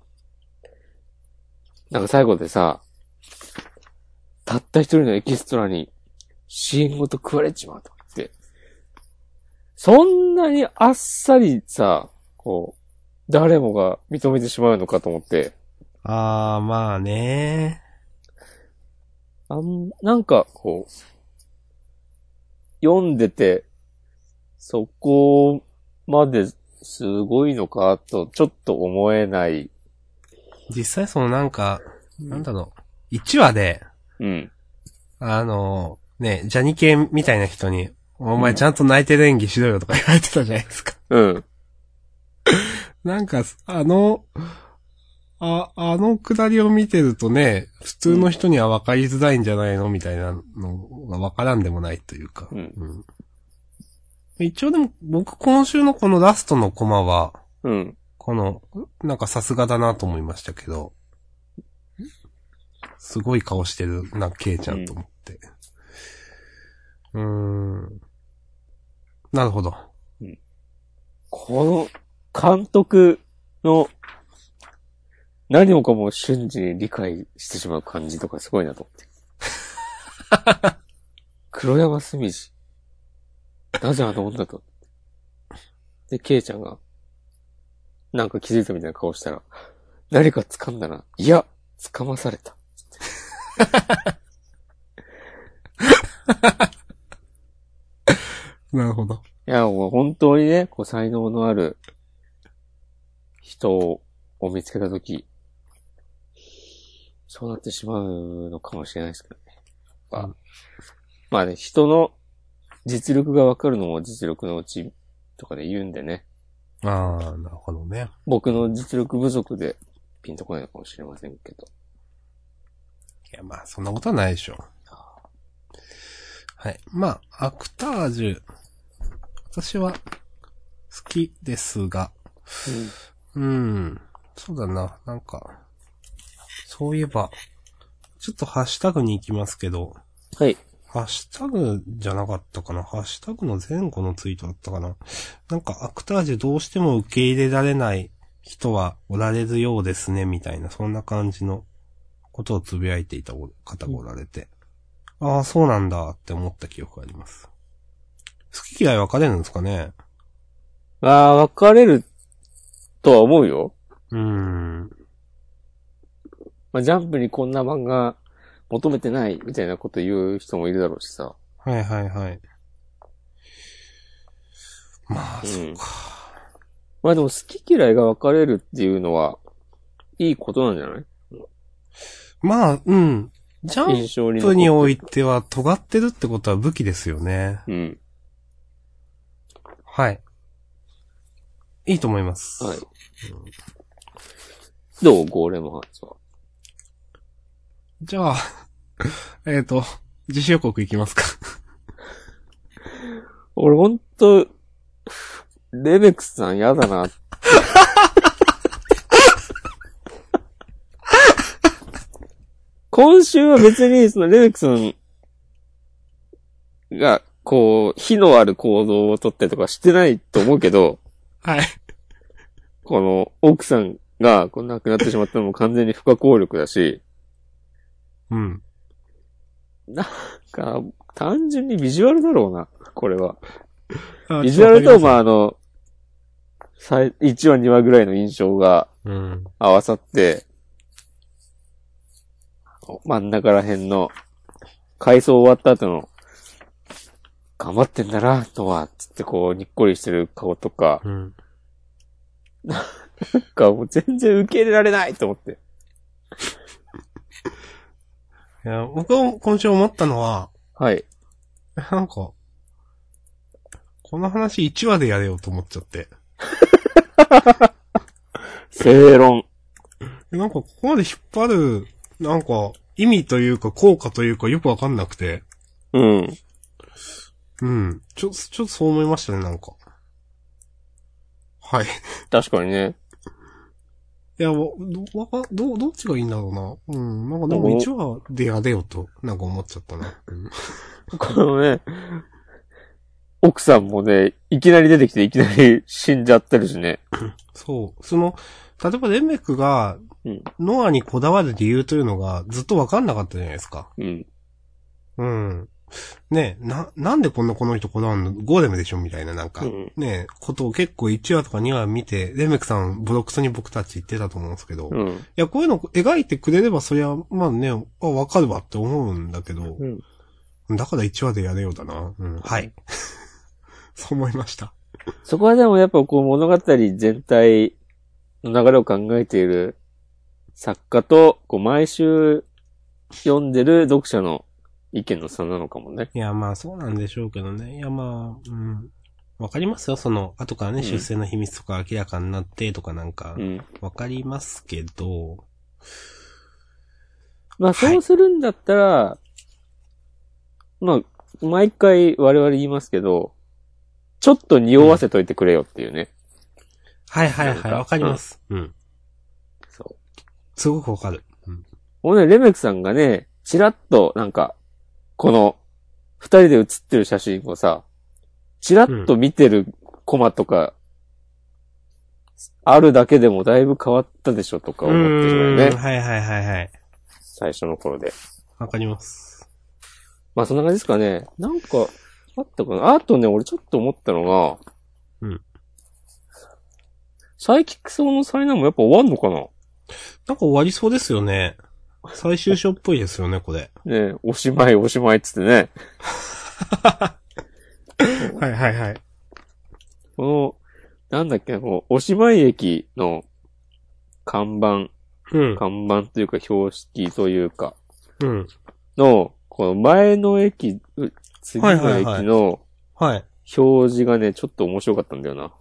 なんか最後でさ、たった一人のエキストラに、支援ごと食われちまうとか言って、そんなにあっさりさ、こう、誰もが認めてしまうのかと思って、あー、まあねあんなんか、こう、読んでて、そこまですごいのかと、ちょっと思えない。実際そのなんか、なんだろう。1話で、うん。あの、ね、ジャニ系みたいな人に、お前ちゃんと泣いてる演技しろよとか言われてたじゃないですか。うん。なんか、あの、あ、あのくだりを見てるとね、普通の人には分かりづらいんじゃないのみたいなのが分からんでもないというか。うん。うん一応でも、僕今週のこのラストのコマは、うん。この、なんかさすがだなと思いましたけど、すごい顔してるな、ケイちゃんと思って。うーん。なるほど。この、監督の、何もかも瞬時に理解してしまう感じとかすごいなと思って。黒山澄治。なぜあの女と。で、ケイちゃんが、なんか気づいたみたいな顔したら、何か掴んだな。いや、掴まされた。なるほど。いや、もう本当にね、こう才能のある人を見つけたとき、そうなってしまうのかもしれないですけどね。まあ、うんまあね、人の実力がわかるのも実力のうちとかで言うんでね、ああ、なるほどね。僕の実力不足でピンとこないのかもしれませんけど。いや、まあ、そんなことはないでしょう。はい。まあ、アクタージュ。私は、好きですが、うん。そうだな。なんか、そういえば、ちょっとハッシュタグに行きますけど、はい。ハッシュタグじゃなかったかなハッシュタグの前後のツイートだったかななんかアクタージュどうしても受け入れられない人はおられるようですね、みたいな、そんな感じのことをつぶやいていた方がおられて、ああ、そうなんだって思った記憶があります。好き嫌い分かれるんですかねああ、別れるとは思うよ。うーん。まあ、ジャンプにこんな漫画求めてないみたいなこと言う人もいるだろうしさ。はいはいはい。まあ、うんそっか。まあでも好き嫌いが分かれるっていうのは、いいことなんじゃないまあ、うん。ジャン印象に残プる。においては尖ってるってことは武器ですよね。うん。はい。いいと思います。はい。どうゴーレムハーツは。じゃあ、 *laughs* えっ、と、自主予告いきますか。 *laughs* 俺ほんと、レベックスさん嫌だな。今週は別に、そのレベックスさんが、こう、火のある行動をとったりとかしてないと思うけど、はい。この奥さんがこう亡くなってしまったのも完全に不可抗力だし、うん。か単純にビジュアルだろうな、これは。あビジュアルと、まあ、ああの、最1話2話ぐらいの印象がちょっとわかります。うん。合わさって、真ん中ら辺の、回想終わった後の、頑張ってんだな、とは、つってこう、にっこりしてる顔とか、うん。なんかもう全然受け入れられないと思って。いや、僕は今週思ったのは、はい。なんか、この話1話でやれよと思っちゃって。正論。なんかここまで引っ張る、なんか、意味というか効果というかよくわかんなくて。うん。うん。ちょ、ちょっとそう思いましたね、なんか。はい。確かにね。いや、わ、ど、わか、どう、どっちがいいんだろうな。うん。なんかでも一話でやれよと、なんか思っちゃったな。うんこのね、奥さんもね、いきなり出てきていきなり死んじゃってるしね。そう。その、例えばレメックがうん、ノアにこだわる理由というのがずっとわかんなかったじゃないですか。うん。うん。ねえ、な、なんでこんなこの人こだわるのゴーレムでしょみたいななんか、うんねえ、ことを結構1話とか2話見て、レメックさんブロックスに僕たち言ってたと思うんですけど、ういん。や、こういうの描いてくれればそりゃ、まあね、あわかるわって思うんだけど、うん。だから1話でやれよだな。うん。はい。 *laughs* そう思いました。そこはでもやっぱこう物語全体の流れを考えている作家と、こう毎週読んでる読者の意見の差なのかもね。いや、まあそうなんでしょうけどね。いや、まあ、うん。わかりますよ。その、後からね、うん出世の秘密とか明らかになってとかなんかう、ん。わかりますけど、まあそうするんだったら、まあ、毎回我々言いますけど、ちょっと匂わせといてくれよっていうね。はいはいなんはい、かわかります。うん。そう。すごくわかる。もうね、レメクさんがね、ちらっとなんか、この、二人で写ってる写真をさ、ちらっと見てるコマとか、あるだけでもだいぶ変わったでしょとか思ってしまうよーんね。はいはいはいはい。最初の頃で。わかります。まあそんな感じですかね。なんか、あったかなあとね、俺ちょっと思ったのが、うん。サイキック層の災難もやっぱ終わんのかななんか終わりそうですよね。最終章っぽいですよね、これ。ねえおしまいおしまいっつってね。はいはいはい。この、なんだっけな、こう、おしまい駅の看板、うん。看板というか標識というか、うん。の、この前の駅、う次はいはのい駅はいのはい。表示がね、ちょっと面白かったんだよな。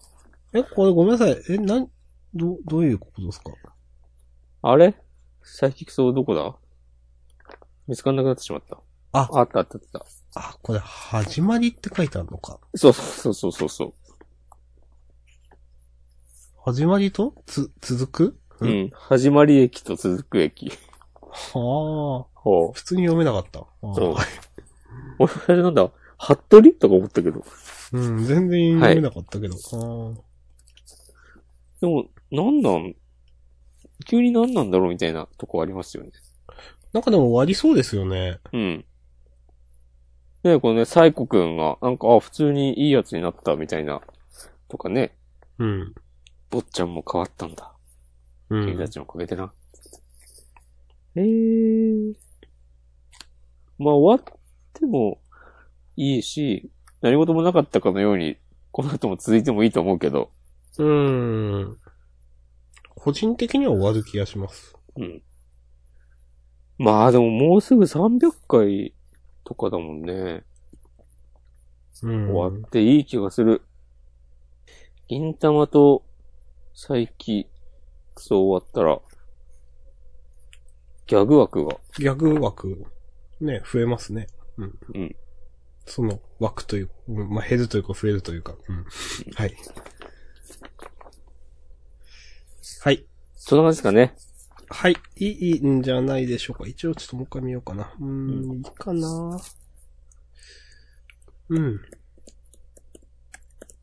え、これごめんなさい。え、なん、ど、どういうことですかあれサイキックソどこだ見つかんなくなってしまった。ああったあったあった。あ、これ、始まりって書いてあるのか。そうそうそうそうそう。始まりとつ、続くう。ん。始まり駅と続く駅。はあ。ほ普通に読めなかった。あーそうう。俺、あれなんだ、服部とか思ったけど。うん、全然読めなかったけど。あーでも、なんなん、急になんなんだろうみたいなとこありますよね。なんかでも終わりそうですよね。うん。ねこのね、サイコくんが、なんか、あ、普通にいいやつになったみたいな、とかね、うん。坊ちゃんも変わったんだ。う君たん。ちのおかげでな。えー。まあ、終わってもいいし、何事もなかったかのように、この後も続いてもいいと思うけど、うん。個人的には終わる気がします。うん。まあ、でももうすぐ300回とかだもんね。うん。終わっていい気がする。銀玉と佐伯、クソ終わったら、ギャグ枠が、逆枠、ね、増えますね。うん。うん。その枠という、うんまあ、減るというか増えるというか。うん。はい。はい。そんな感じですかね。はい。いいいいんじゃないでしょうか。一応ちょっともう一回見ようかな。うーん、いいかな。うん。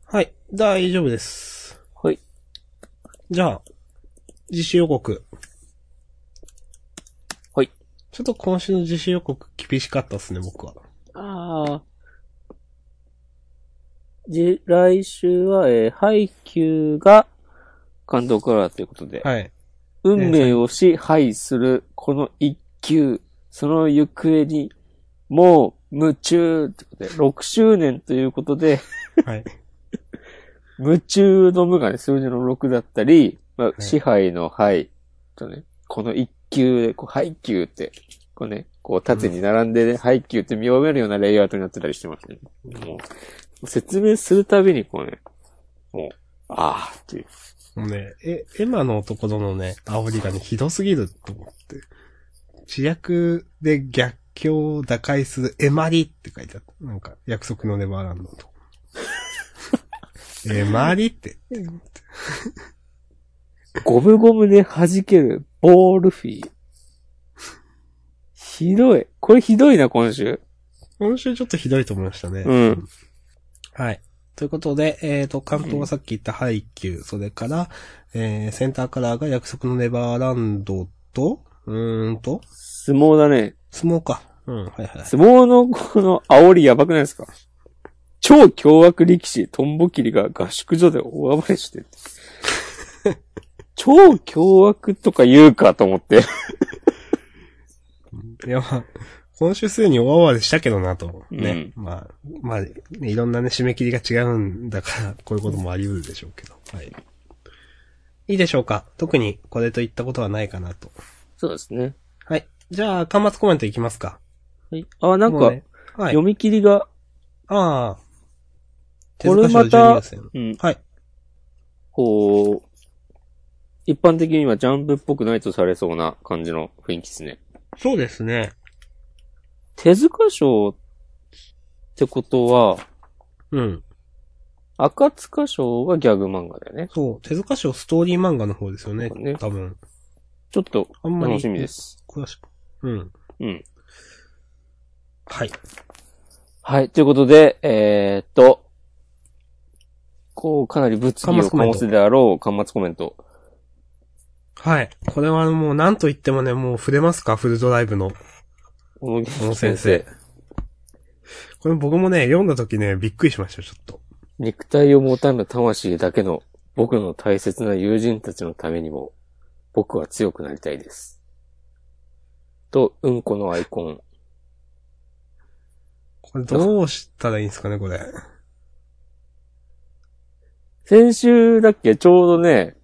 はい。大丈夫です。はい。じゃあ、自主予告。はい。ちょっと今週の自主予告厳しかったっすね、僕は。ああ。じ、来週は、えー、ハイキューが関東カラーということで、 *laughs* はい。運命を支配するこの一球、その行方に、もう夢中ということで、6周年ということで、はい。夢中の無がね、数字の6だったり、まあ、い支配のはい、とね、この一級で、こう、配球って、こうね、こう縦に並んでね、配球って見覚えるようなレイアウトになってたりしてますね。もう、説明するたびにこうね、もう、ああ、っていう。もうね、え、エマのところのね、煽りがね、ひどすぎると思って。主役で逆境を打開するエマリって書いてあった。なんか、約束のネバーランド *laughs* と。エマリって。ゴムゴムで弾けるボールフィー。ひどい。これひどいな、今週。今週ちょっとひどいと思いましたね。うん。はい。ということで、えっ、と、関東はさっき言ったハイキュー、それから、えー、センターカラーが約束のネバーランドと、うーんと、相撲だね。相撲か。うん、はいはい。相撲のこの煽りやばくないですか超凶悪力士、トンボ切りが合宿所で大暴れしてる超凶悪とか言うかと思って。いや、まあ、今週すでに大暴れしたけどなと。ね。まあ、まあ、ねいろんなね、締め切りが違うんだから、 *laughs* こういうこともあり得るでしょうけど。はい。いいでしょうか特にこれといったことはないかなと。そうですね。はい。じゃあ、端末コメントいきますか。はい、あ、なんもか、うねはい。読み切りが、ああ。これまた手塚賞12月ようん、はい。こう、一般的にはジャンプっぽくないとされそうな感じの雰囲気ですね。そうですね。手塚賞ってことは、うん。赤塚賞がギャグ漫画だよね。そう。手塚賞ストーリー漫画の方ですよね。そうね多分。ちょっとあんまり。楽しみで。す。詳しく。うん。うん。はい。はい、ということで、えー、っと、こう、かなり物議を醸すであろう、端末コメント。はい。これはもう何と言ってもね、もう触れますかフルドライブの。小野小野先生。これ僕もね、読んだ時ね、びっくりしましたよ、ちょっと。肉体を持たぬ魂だけの、僕の大切な友人たちのためにも、僕は強くなりたいです。と、うんこのアイコン。これどうしたらいいんですかね、これ。先週だっけちょうどね、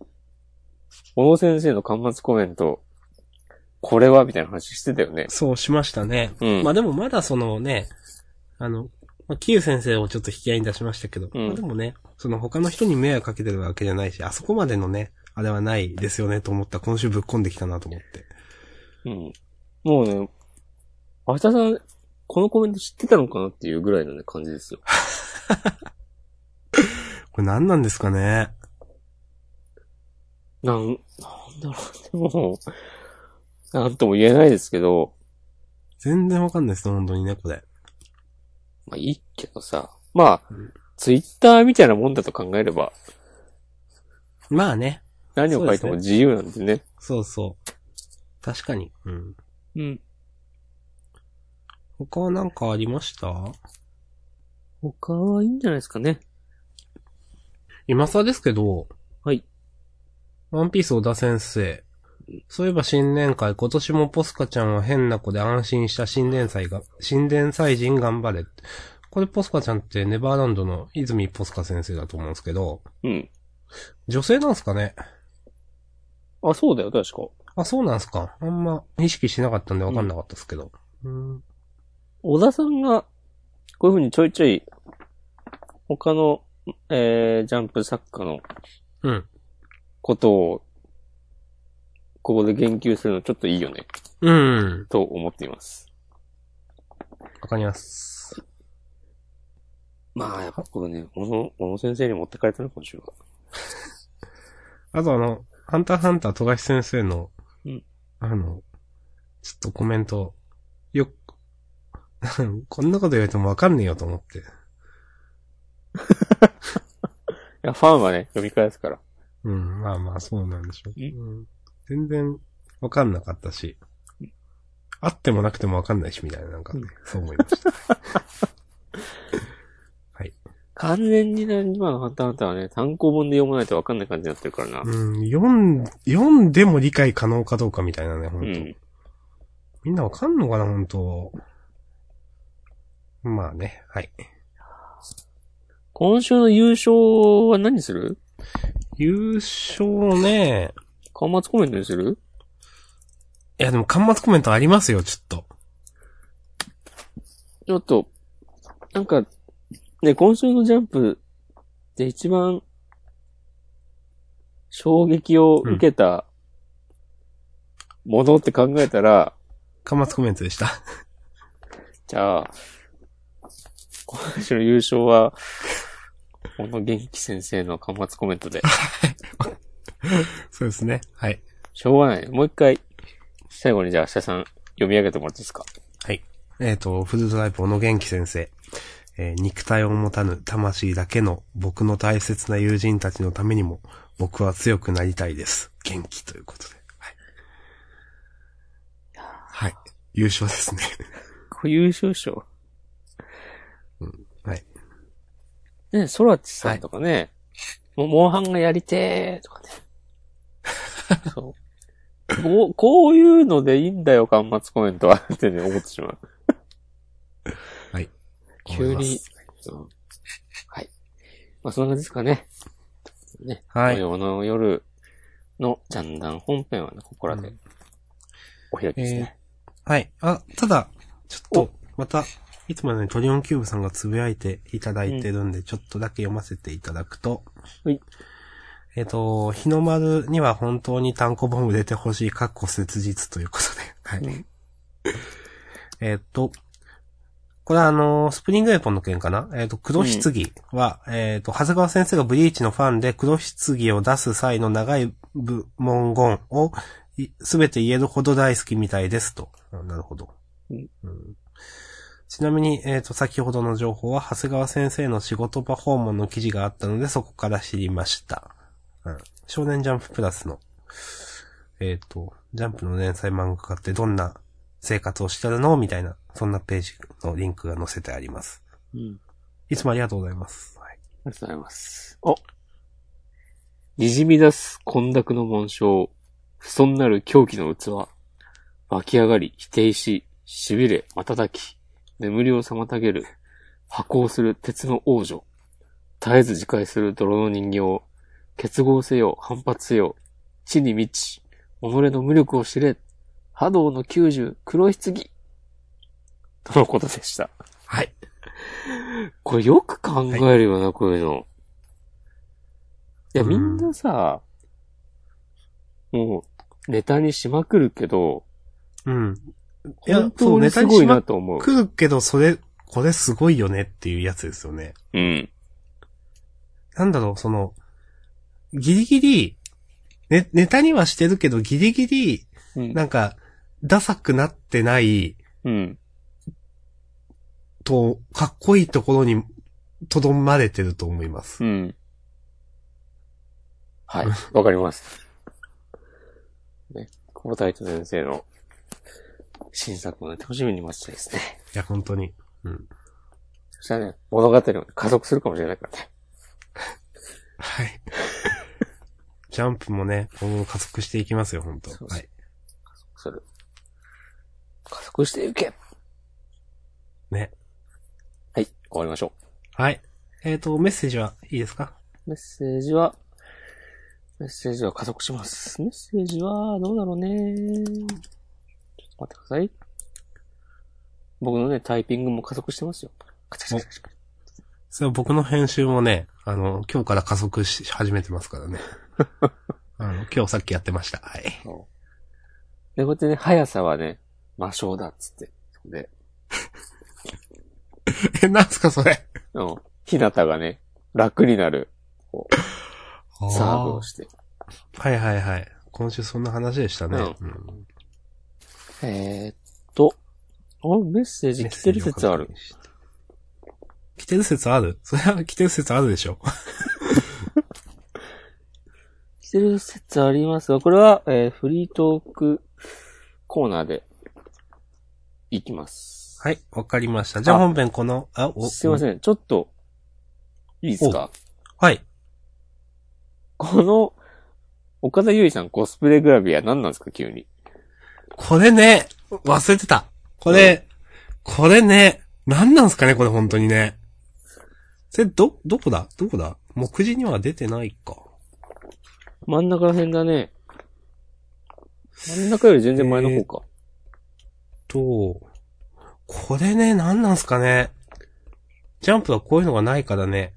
小野先生の端末コメント、これはみたいな話してたよね。そうしましたね。うんまあでもまだそのね、あの、まあ、キユ先生をちょっと引き合いに出しましたけど、うんまあでもね、その他の人に迷惑かけてるわけじゃないし、あそこまでのね、あれはないですよねと思った今週ぶっこんできたなと思って。うん。もうね、明日さん、このコメント知ってたのかなっていうぐらいのね、感じですよ。これ何なんですかね。なん、なんだろう、でも、なんとも言えないですけど、全然わかんないですね、本当にね、これ。まあいいけどさ、まあうん、ツイッターみたいなもんだと考えれば、まあね。何を書いても自由なんでね。そうそう。確かに。うん。うん。他はなんかありました他はいいんじゃないですかね。今更ですけど。はい。ワンピース小田先生。そういえば新年会、今年もポスカちゃんは変な子で安心した新年祭が、新年祭人頑張れ。これポスカちゃんってネバーランドの泉ポスカ先生だと思うんですけど、うん。女性なんすかねあ、そうだよ、確か。あ、そうなんすかあんま意識しなかったんでわかんなかったですけど。うん。小田さんが、こういうふうにちょいちょい、他の、えー、ジャンプ作家のうん。ことを、ここで言及するのちょっといいよね、うん。と思っています。わかります。まあ、やっぱこれね、小野、小野先生に持ってかれたな、今週は。あとあの、ハンターハンター富樫先生の、うんあの、ちょっとコメント、よっ、 *laughs* こんなこと言われてもわかんねえよと思って。いや、ファンはね、読み返すから。うん、まあまあそうなんでしょう。えうん、全然わかんなかったし、あってもなくてもわかんないしみたいな、なんかね、うんそう思いました。 *laughs* 完全にね、今のハンターハンターはね、単行本で読まないとわかんない感じになってるからな。うん、読ん、読んでも理解可能かどうかみたいなね、う本当、ん。みんなわかんのかな、本当まあね、はい。今週の優勝は何する優勝ね。巻末コメントにするいや、でも、端末コメントありますよ、ちょっと。ちょっと、なんか、ね、今週のジャンプで一番衝撃を受けたものって考えたら、端末コメントでした。 *laughs* じゃあ、今週の優勝は、小野元気先生の巻末コメントで。そうですね。はい。しょうがない。もう一回、最後にじゃあ、下さん読み上げてもらっていいですか。はい。えっ、と、フルトライプ、小野元気先生。えー肉体を持たぬ魂だけの僕の大切な友人たちのためにも、僕は強くなりたいです。元気ということで。はい。はい。優勝ですね。これ優勝賞。はい。ね、ソラチさんとかね、もうモンハンがやりてーとかね。 *laughs* そう。こう、こういうのでいいんだよ、巻末コメントは。ってね、思ってしまう。はい。急 *laughs* 思いまにす。うんはい。まあ、そんな感じですかね。ね。はい土曜の夜のジャンダン本編はね、ここらでお開きですね。はい。あ、ただ、ちょっと、また、いつものようにトリオンキューブさんがつぶやいていただいてるんで、ちょっとだけ読ませていただくと。はい。えっ、と、日の丸には本当に単行本を出てほしい、かっこ切実ということで。はい。うんえっと、これはあのースプリングエポンの件かなえっ、と、黒棺は、えっ、と、長谷川先生がブリーチのファンで黒棺を出す際の長いぶ文言をすべて言えるほど大好きみたいですと。あなるほど。うんうんちなみに、えっ、と、先ほどの情報は、長谷川先生の仕事場訪問の記事があったので、そこから知りました。うん、少年ジャンププラスの、えっ、と、ジャンプの連載漫画家ってどんな生活をしてるのみたいな、そんなページのリンクが載せてあります。うん。いつもありがとうございます。はい、ありがとうございます。おにじみ出す混濁の紋章、不尊なる狂気の器、湧き上がり、否定し、痺れ、瞬き、眠りを妨げる、破壊する鉄の王女、絶えず自戒する泥の人形、結合せよ、反発せよ、地に満ち、己の無力を知れ、波動の90、黒棺。とのことでした。はい。これよく考えるよな、こういうの。いや、うんみんなさ、もう、ネタにしまくるけど、うん。いや本当にすごいなと思う。来るけど、それ、これすごいよねっていうやつですよね。うん。なんだろう、その、ギリギリ、ね、ネタにはしてるけど、ギリギリ、うん。なんか、ダサくなってない、うん。と、かっこいいところに、とどまれてると思います。うん。はい。わかります。ね。久保太斗先生の新作もね、楽しみに待ちたいですね。いや、本当に。そしたらね、物語を加速するかもしれないからね。 *laughs* はい。ジャンプもね、今後も加速していきますよ、本当そうそうはい。する。加速していけね。はい、終わりましょはい。えっ、と、メッセージはいいですかう。メッセージは、メッセージは加速します。メッセージは、どうだろうね。ちょっと待ってください。僕のね、タイピングも加速してますよ。カチャカチャカチャカチそれは僕の編集もね、あの、今日から加速し始めてますからね。 *laughs* あの、今日さっきやってました。はい。 *laughs* ャそうで、こうやってね、速さはね、魔性だっつって。で、え、なんすかそれ。うん。ひなたがね、楽になるサーブをして。はいはいはい。今週そんな話でしたね。ううんえーっと、あ、メッセージ来てる説ある。。来てる説あるそれは来てる説あるでしょ。来てる説ありますが、これは、えーフリートークコーナーで、いきます。はい、わかりました。じゃああ本編この、あ、おすいまん。せん、ちょっと、いいですかはい。この、岡田結衣さんコスプレグラビア何なんですか、急に。これね、忘れてた。これ、これね、何なんすかね、これ本当にね。それ、ど、どこだどこだ目次には出てないか。真ん中ら辺だね。真ん中より全然前の方か。と、これね、何なんすかね。ジャンプはこういうのがないからね、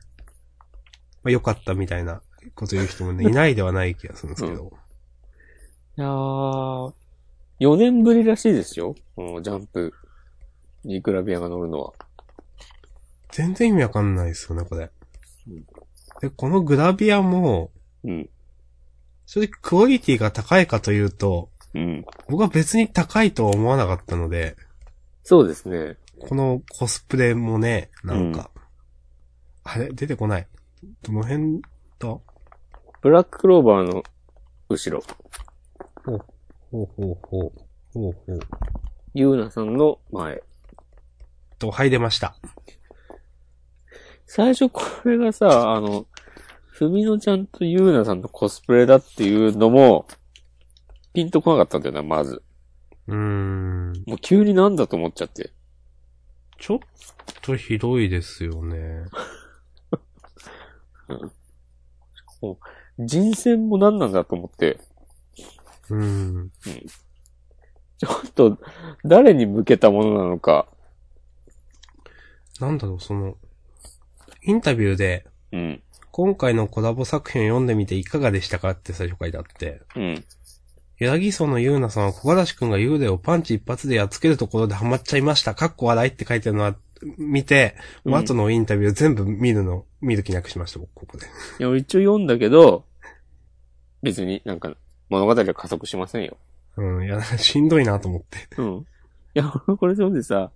まあ、よかったみたいなこと言う人も *laughs* ね、いないではない気がするんですけど。いやー、4年ぶりらしいですよ。このジャンプにグラビアが乗るのは。全然意味わかんないですよね、これうん。で、このグラビアも、うん。正直クオリティが高いかというと、うん。僕は別に高いとは思わなかったので、そうですね。このコスプレもね、なんか、あれ出てこない。どの辺だほブラッククローバーの後ろ、うほうほう。ほうほう。ユーナさんの前。と、はい、出ました。最初これがさ、あの、ふみのちゃんとユーナさんのコスプレだっていうのも、ピンとこなかったんだよな、まず。うーん。もう急になんだと思っちゃって。ちょっとひどいですよね。人選も何なんだと思って、うん。ちょっと、誰に向けたものなのか。なんだろう、その、インタビューで、うん。今回のコラボ作品を読んでみていかがでしたかって最初書いてあって、うん。柳柳荘の優奈さんは小柄しくんが幽霊をパンチ一発でやっつけるところでハマっちゃいました。かっこ笑いって書いてるのは、見て、もう後のインタビュー全部見るの、見る気なくしました、僕、ここで。いや、一応読んだけど、別になんか物語は加速しませんよ。うん、いや、 *laughs* しんどいなと思って。うん。いや、 *laughs* 俺これ読んでさ、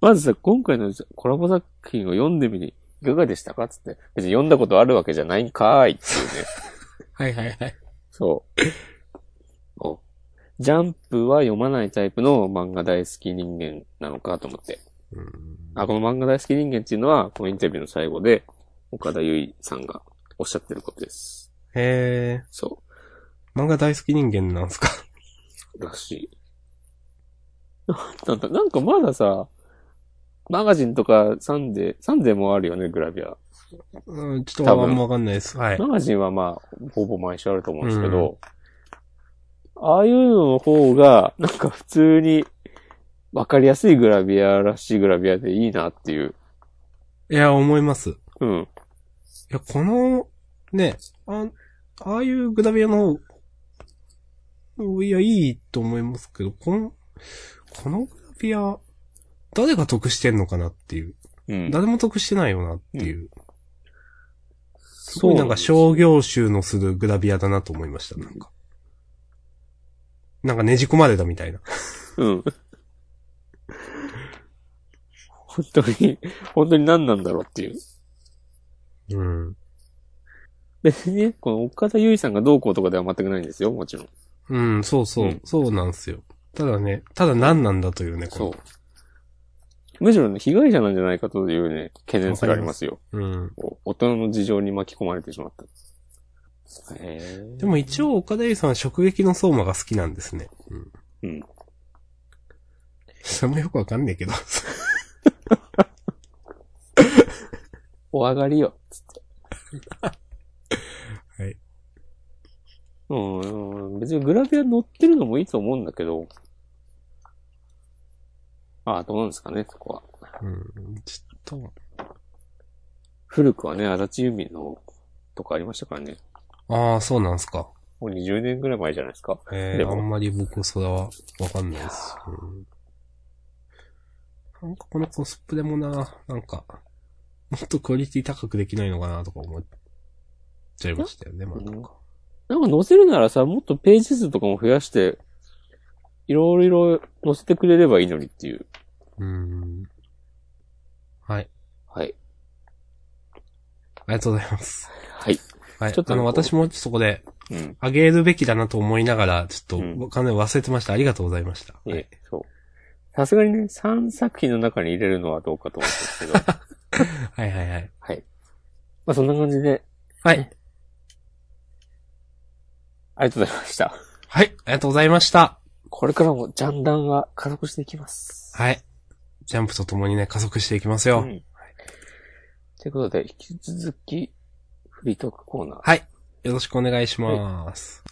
まずさ、今回のコラボ作品を読んでみて、いかがでしたかつって。別に読んだことあるわけじゃないんかーいっていうね。はいはいはい。そう。おジャンプは読まないタイプの漫画大好き人間なのかと思って。うん。あ、この漫画大好き人間っていうのは、このインタビューの最後で、岡田結衣さんがおっしゃってることです。へそー、漫画大好き人間なんすか。う。らしい。 *laughs* なんだ、なんかまださ、マガジンとかサンデー、サンデーもあるよね、グラビア。 *laughs* うん、ちょっ多と分あんまわかんないです。はい。マガジンはまあ、ほぼ毎週あると思うんですけど、ああいうのの方が、なんか普通に、わかりやすいグラビアらしいグラビアでいいなっていう。いや、思います。いうん。や、この、ね、あ、ああいうグラビアの、いや、いいと思いますけど、この、このグラビア、誰が得してんのかなっていう。うん。誰も得してないよなっていう。すごいなんかそう商業集のするグラビアだなと思いました、なんか。なんかねじ込まれたみたいな。うん。 *laughs* 本当に、本当に何なんだろうっていう。うん。別にね、この岡田結衣さんがどうこうとかでは全くないんですよ、もちろん。うん、そうそう、うんそうなんですよ。ただね、ただ何なんだというね、そうこ。むしろね、被害者なんじゃないかというね、懸念さがありますよ。う。うん。こう大人の事情に巻き込まれてしまった。へえでも一応岡田結衣さんは食撃の相馬が好きなんですね。うん。うん。それもよくわかんねえけど。お上がりよ、つ *laughs* って。はい。うん、別にグラビア乗ってるのもいいと思うんだけど。ああ、どうなんですかね、そこは。うん。ちょっと。古くはね、足立由美のとかありましたからね。ああ、そうなんすか。もう20年ぐらい前じゃないですか。えでー、あもんまり僕それはわかんないです。うんなんかこのコスプレもな、なんか、もっとクオリティ高くできないのかなとか思っちゃいましたよね、まあなんか。なんか載せるならさ、もっとページ数とかも増やして、いろいろ載せてくれればいいのにっていう。うん。はい。はい。ありがとうございます。はい。はい。ちょっとあの、こう私もそこで、うん。あげるべきだなと思いながら、ちょうっと、ん完全に忘れてました。ありがとうございました。えはえい。、そう。さすがにね、3作品の中に入れるのはどうかと思 *laughs* ったんですけど。はいはいはい。まあそんな感じで、はい。ありがとうございました。はい。ありがとうございました。これからもジャンダンは加速していきます。はい。ジャンプと共にね、加速していきますうよ。ん。ということで、引き続き、フリートークコーナー。はい。よろしくお願いします。